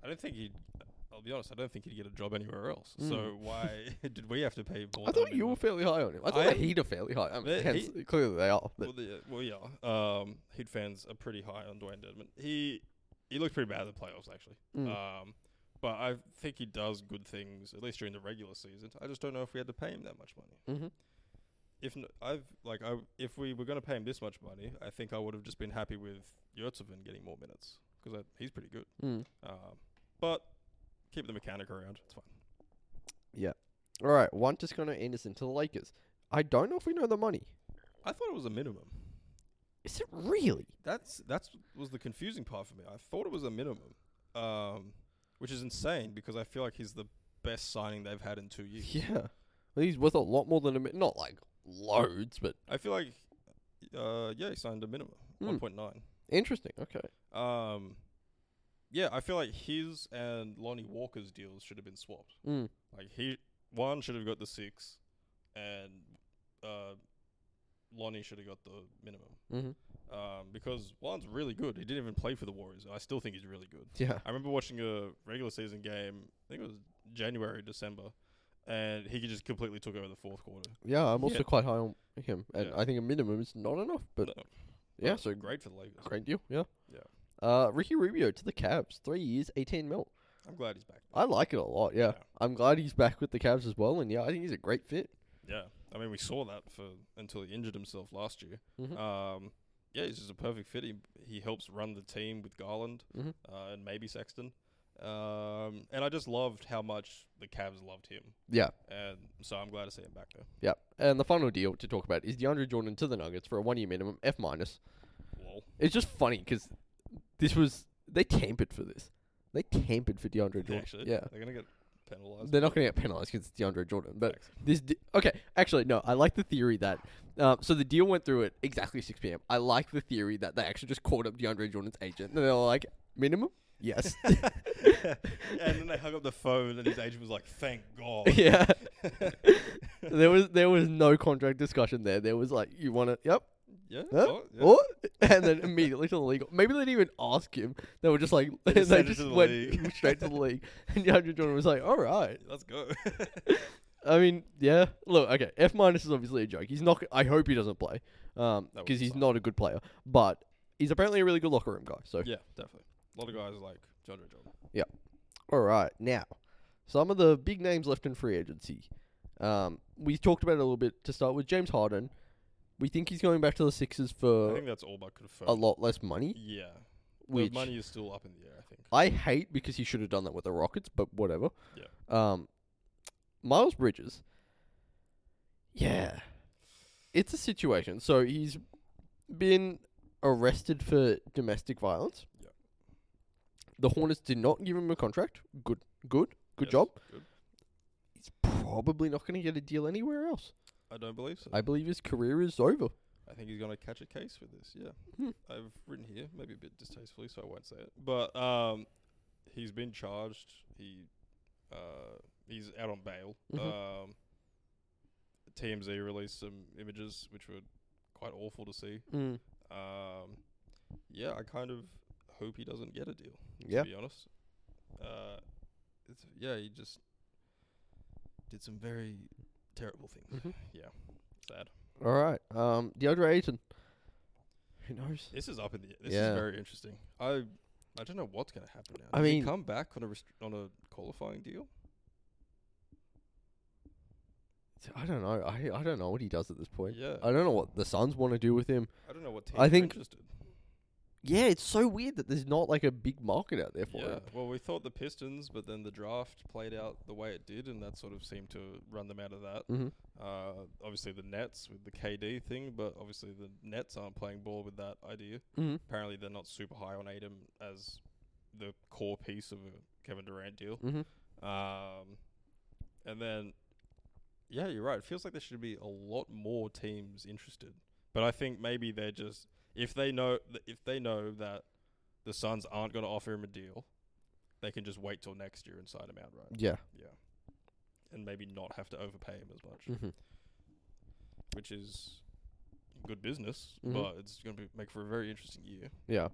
S2: I don't think he'd. I'll be honest. I don't think he'd get a job anywhere else. So
S1: Mm.
S2: why did we have to pay more?
S1: I
S2: than a
S1: thought you were
S2: minimum?
S1: fairly high on him. I thought
S2: I-
S1: the Heat are fairly high. I mean,
S2: The
S1: hence, clearly they are. But
S2: Well, the, well, yeah. Um, Heat fans are pretty high on Dwayne Dedman. He he looked pretty bad in the playoffs actually.
S1: mm.
S2: Um, but I think he does good things at least during the regular season. I just don't know if we had to pay him that much money.
S1: Mhm.
S2: If n- I've like I if we were going to pay him this much money, I think I would have just been happy with Yurtsevin getting more minutes because he's pretty good.
S1: Mm.
S2: Um, but keep the mechanic around. It's fine.
S1: All right, one Toscano Anderson to the Lakers. I don't know if we know the money.
S2: I thought it was a minimum.
S1: Is it really?
S2: That's that's was the confusing part for me. I thought it was a minimum, um, which is insane because I feel like he's the best signing they've had in two years.
S1: Yeah. Well, he's worth a lot more than a mi- not like loads, but
S2: I feel like, uh, yeah, he signed a minimum,
S1: Mm.
S2: one point nine.
S1: interesting. Okay.
S2: Um, yeah, I feel like his and Lonnie Walker's deals should have been swapped.
S1: Mm.
S2: Like he one should have got the six, and uh, Lonnie should have got the minimum.
S1: hmm
S2: Um, because Juan's really good. He didn't even play for the Warriors. and I still think he's really good.
S1: Yeah.
S2: I remember watching a regular season game. I think it was January, December, and he just completely took over the fourth quarter.
S1: Yeah, I'm
S2: Yeah.
S1: also quite high on him, and
S2: Yeah.
S1: I think a minimum is not enough. But
S2: No,
S1: yeah,
S2: but
S1: so great,
S2: great for the Lakers.
S1: great deal. Yeah.
S2: Yeah.
S1: Uh, Ricky Rubio to the Cavs, three years, eighteen mil.
S2: I'm glad he's back.
S1: I like it a lot. Yeah.
S2: Yeah.
S1: I'm glad he's back with the Cavs as well, and yeah, I think he's a great fit.
S2: Yeah, I mean we saw that for until he injured himself last year.
S1: Mhm.
S2: Um, yeah, he's just a perfect fit. He, he helps run the team with Garland
S1: Mhm.
S2: uh, and maybe Sexton. Um, and I just loved how much the Cavs loved him,
S1: Yeah.
S2: and so I'm glad to see him back there.
S1: Yep. And the final deal to talk about is DeAndre Jordan to the Nuggets for a one year minimum, F minus.
S2: Lol.
S1: It's just funny because this was they tampered for this. They tampered for DeAndre Jordan.
S2: Actually,
S1: yeah.
S2: they're gonna get penalized.
S1: They're not going to get penalized because it's DeAndre Jordan, but
S2: Facts.
S1: this di- okay. Actually, no. I like the theory that um, so the deal went through at exactly six p.m. I like the theory that they actually just called up DeAndre Jordan's agent and they were like, minimum, yes,
S2: and then they hung up the phone, and his agent was like, "Thank God."
S1: yeah. there was there was no contract discussion there. There was like, you want to, yep,
S2: yeah.
S1: Huh?
S2: oh, yeah.
S1: What? And then immediately to the league. Maybe they didn't even ask him. They were just like, they just,
S2: just sent it to the
S1: went
S2: league.
S1: straight to the league. And DeAndre Jordan was like, all right.
S2: Let's go.
S1: I mean, yeah. Look, okay. F minus is obviously a joke. He's not. I hope he doesn't play, um,
S2: That would
S1: because he's
S2: suck.
S1: not a good player. But he's apparently a really good locker room guy. So
S2: yeah, definitely. A lot of guys like John Jordan.
S1: All right, now some of the big names left in free agency. Um, we talked about it a little bit to start with James Harden. We think he's going back to the Sixers
S2: I
S1: for
S2: think that's all but confirmed.
S1: Uh, a lot less money,
S2: Yeah.
S1: which Uh,
S2: The money is still up in the air, I think.
S1: I hate because he should have done that with the Rockets, but whatever.
S2: Yeah.
S1: Um, Miles Bridges. Yeah, it's a situation. So he's been arrested for domestic violence.
S2: Yeah.
S1: The Hornets did not give him a contract. Good, good, good
S2: Yes,
S1: job.
S2: Good.
S1: He's probably not going to get a deal anywhere else.
S2: I don't believe so.
S1: I believe his career is over.
S2: I think he's gonna catch a case with this. Yeah,
S1: Hmm.
S2: I've written here, maybe a bit distastefully, so I won't say it. But um, he's been charged. He uh, he's out on bail.
S1: Mhm.
S2: Um, TMZ released some images which were quite awful to see. Um, yeah, I kind of hope he doesn't get a deal.
S1: Yeah.
S2: to be honest. Uh, it's, yeah, he just did some very terrible things.
S1: Mhm.
S2: Yeah, sad.
S1: All right. Um, DeAndre Ayton. Who knows?
S2: This is up in the. This
S1: Yeah.
S2: is very interesting. I I don't know what's gonna happen now.
S1: I
S2: Does he
S1: mean-
S2: come back on a rest- on a qualifying deal.
S1: I don't know. I I don't know what he does at this point.
S2: Yeah,
S1: I don't know what the Suns want to do with him.
S2: I don't know what teams
S1: I
S2: are
S1: think-
S2: interested.
S1: Yeah, it's so weird that there's not like a big market out there for
S2: Yeah.
S1: him.
S2: Well, we thought the Pistons, but then the draft played out the way it did, and that sort of seemed to run them out of that.
S1: Mm-hmm.
S2: Uh, obviously the Nets with the KD thing, but obviously the Nets aren't playing ball with that idea.
S1: Mm-hmm.
S2: Apparently they're not super high on Adam as the core piece of a Kevin Durant deal.
S1: Mm-hmm.
S2: Um, and then, yeah, you're right. It feels like there should be a lot more teams interested, but I think maybe they're just if they know th- if they know that the Suns aren't going to offer him a deal, they can just wait till next year and sign him outright.
S1: Yeah.
S2: Yeah, and maybe not have to overpay him as much,
S1: Mm-hmm.
S2: which is good business.
S1: Mhm.
S2: But it's going to make for a very interesting year.
S1: Yeah.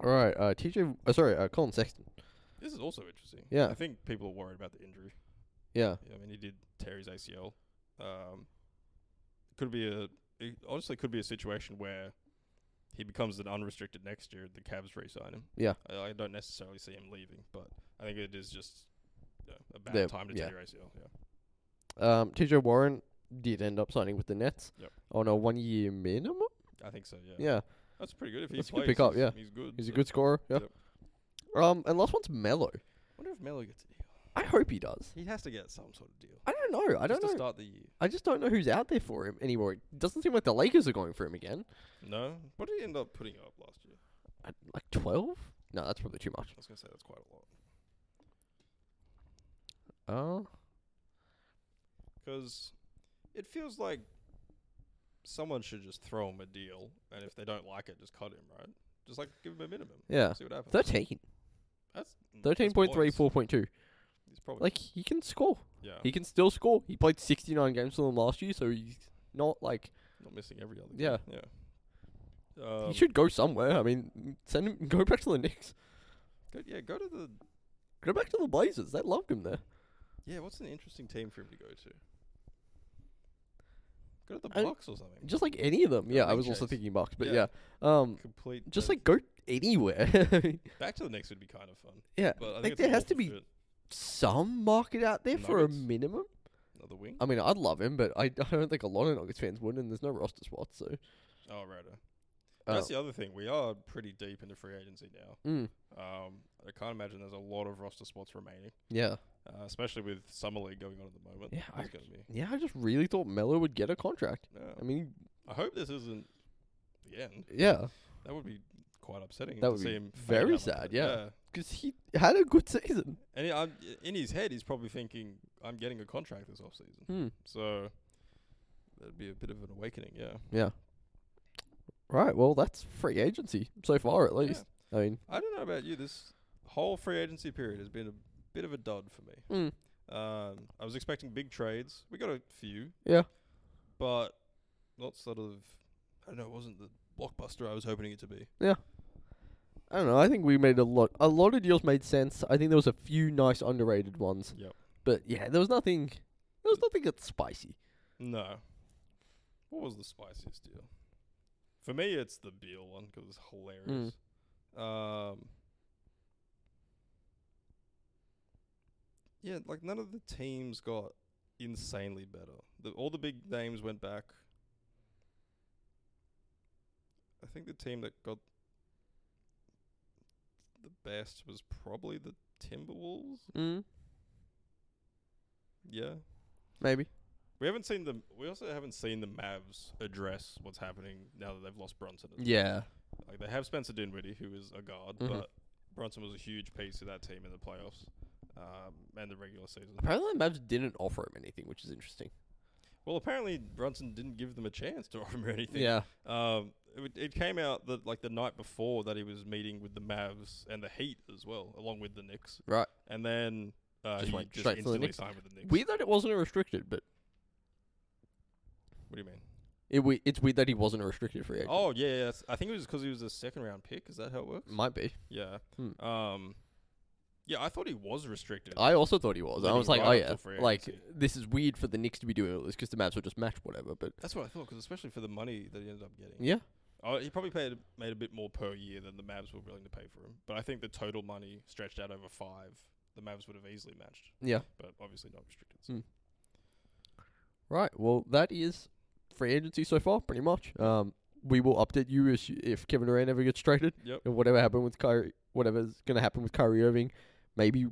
S1: All right. Uh, TJ. Uh, sorry. Uh, Colin Sexton.
S2: This is also interesting.
S1: Yeah.
S2: I think people are worried about the injury.
S1: Yeah.
S2: Yeah, I mean, he did tear his ACL. Um, could be a it honestly could be a situation where he becomes an unrestricted next year. The Cavs re-sign him.
S1: Yeah.
S2: I, I don't necessarily see him leaving, but I think it is just you know, a bad
S1: They're-
S2: time to
S1: yeah.
S2: tear your ACL. Yeah,
S1: Um, TJ Warren did end up signing with the Nets
S2: Yep.
S1: on a one-year minimum.
S2: I think so. Yeah,
S1: Yeah.
S2: that's pretty good. If he
S1: That's a good
S2: plays,
S1: pick up,
S2: he's- he's good.
S1: He's a
S2: so-
S1: good scorer. Yeah.
S2: Yep.
S1: Um, and last one's Mello.
S2: wonder if Melo gets a deal.
S1: I hope he does.
S2: He has to get some sort of deal.
S1: I don't know. I don't
S2: just to
S1: know.
S2: start the year.
S1: I just don't know who's out there for him anymore. It doesn't seem like the Lakers are going for him again.
S2: No, what did he end up putting up last year?
S1: At, like twelve? No, that's probably too much.
S2: I was gonna say that's quite a lot.
S1: Oh.
S2: because it feels like someone should just throw him a deal, and if they don't like it, just cut him, right? Just like give him a minimum.
S1: yeah.
S2: See what happens.
S1: Thirteen.
S2: That's mm, that's
S1: Thirteen point three.
S2: points.
S1: Four point two.
S2: He's probably
S1: Like he can score.
S2: yeah,
S1: He can still score. He played 69 games for them last year, so he's not like
S2: not missing every other.
S1: Yeah.
S2: game. yeah. Um,
S1: he should go somewhere. I mean, send him go back to the Knicks.
S2: Go, yeah, go to the
S1: Go back to the Blazers. They loved him there.
S2: yeah. What's an interesting team for him to go to? Go to the
S1: I-
S2: Bucks or something.
S1: Just like any of them.
S2: Go
S1: Yeah, I
S2: Big
S1: was also
S2: Chase.
S1: thinking Bucks, but yeah.
S2: Yeah.
S1: Um
S2: Complete.
S1: just
S2: dead-
S1: like go anywhere.
S2: back to the Knicks would be kind of fun.
S1: yeah.
S2: But I think
S1: like
S2: it's an
S1: there has to
S2: awful
S1: be
S2: fit.
S1: some market out there for a
S2: Nuggets?
S1: minimum.
S2: another wing.
S1: I mean, I'd love him, but I, I don't think a lot of Nuggets fans would and there's no roster spots, so
S2: Oh, right. That's the other thing. We are pretty deep into free agency now.
S1: uh, mm,
S2: Um, I can't imagine there's a lot of roster spots remaining,
S1: yeah.
S2: uh, especially with summer league going on at the moment.
S1: Yeah, I-
S2: it's gonna be.
S1: Yeah, I just really thought Mello would get a contract.
S2: no.
S1: I mean,
S2: I hope this isn't the end.
S1: yeah.
S2: That would be quite upsetting.
S1: That
S2: to
S1: would be
S2: see him fade
S1: very
S2: out like
S1: sad,
S2: that.
S1: yeah. Because he had a good season.
S2: And he, I'm, in his head, he's probably thinking, "I'm getting a contract this off season."
S1: Hmm.
S2: So that'd be a bit of an awakening, yeah.
S1: Yeah. Right. Well, that's free agency so far, at
S2: Yeah.
S1: least. I mean,
S2: I don't know about you. This whole free agency period has been a bit of a dud for me.
S1: mm,
S2: Um, I was expecting big trades. We got a few,
S1: yeah.
S2: but not sort of. I don't know. It wasn't the blockbuster I was hoping it to be.
S1: I don't know. I think we made a lot. A lot of deals made sense. I think there was a few nice underrated ones.
S2: Yep.
S1: But yeah, there was nothing. There was nothing that's spicy.
S2: No. What was the spiciest deal? For me, it's the Beal one because it's hilarious. Um. Yeah, like none of the teams got insanely better. The, all the big names went back. I think the team that got the best was probably the Timberwolves.
S1: Mm,
S2: Yeah.
S1: maybe.
S2: We haven't seen them. We also haven't seen the Mavs address what's happening now that they've lost Brunson. as well.
S1: Yeah.
S2: like they have Spencer Dinwiddie, who is a guard,
S1: Mhm.
S2: but Brunson was a huge piece of that team in the playoffs um, and the regular season.
S1: Apparently, the Mavs didn't offer him anything, which is interesting.
S2: Well, apparently Brunson didn't give them a chance to offer him anything.
S1: Yeah.
S2: Um, it, w- it came out that like the night before that he was meeting with the Mavs and the Heat as well, along with the Knicks.
S1: Right.
S2: And then uh,
S1: Just
S2: he
S1: went
S2: just
S1: straight for the
S2: instantly
S1: Knicks.
S2: signed with the Knicks.
S1: Weird that it wasn't a restricted, but
S2: what do you mean?
S1: it we, it's weird that he wasn't a restricted free agent.
S2: Oh yeah, yeah. that's- I think it was because he was a second round pick. Is that how it works?
S1: Might be.
S2: Yeah.
S1: Hmm.
S2: Um. Yeah, I thought he was restricted.
S1: I also thought he was. I
S2: Leading
S1: was like,
S2: right
S1: oh
S2: up
S1: yeah,
S2: till free
S1: like
S2: agency.
S1: this is weird for the Knicks to be doing all this because the Mavs will just match whatever. But
S2: That's what I thought, because especially for the money that he ended up getting.
S1: yeah,
S2: Oh, he probably paid made a bit more per year than the Mavs were willing to pay for him. But I think the total money stretched out over five, the Mavs would have easily matched.
S1: yeah.
S2: But obviously not restricted.
S1: Hmm. Right. Well, that is free agency so far, pretty much. Um, we will update you if, if Kevin Durant ever gets traded
S2: Yep.
S1: and whatever happened with Kyrie, whatever's gonna happen with Kyrie Irving, maybe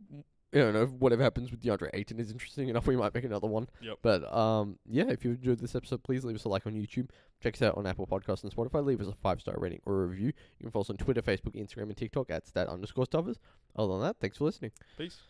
S1: I don't know. Whatever happens with DeAndre Ayton is interesting enough. We might make another one.
S2: Yep.
S1: But um, yeah. If you enjoyed this episode, please leave us a like on YouTube. Check us out on Apple Podcasts and Spotify. Leave us a five star rating or a review. You can follow us on Twitter, Facebook, Instagram, and TikTok at stat underscore stuffers. Other than that, thanks for listening.
S2: Peace.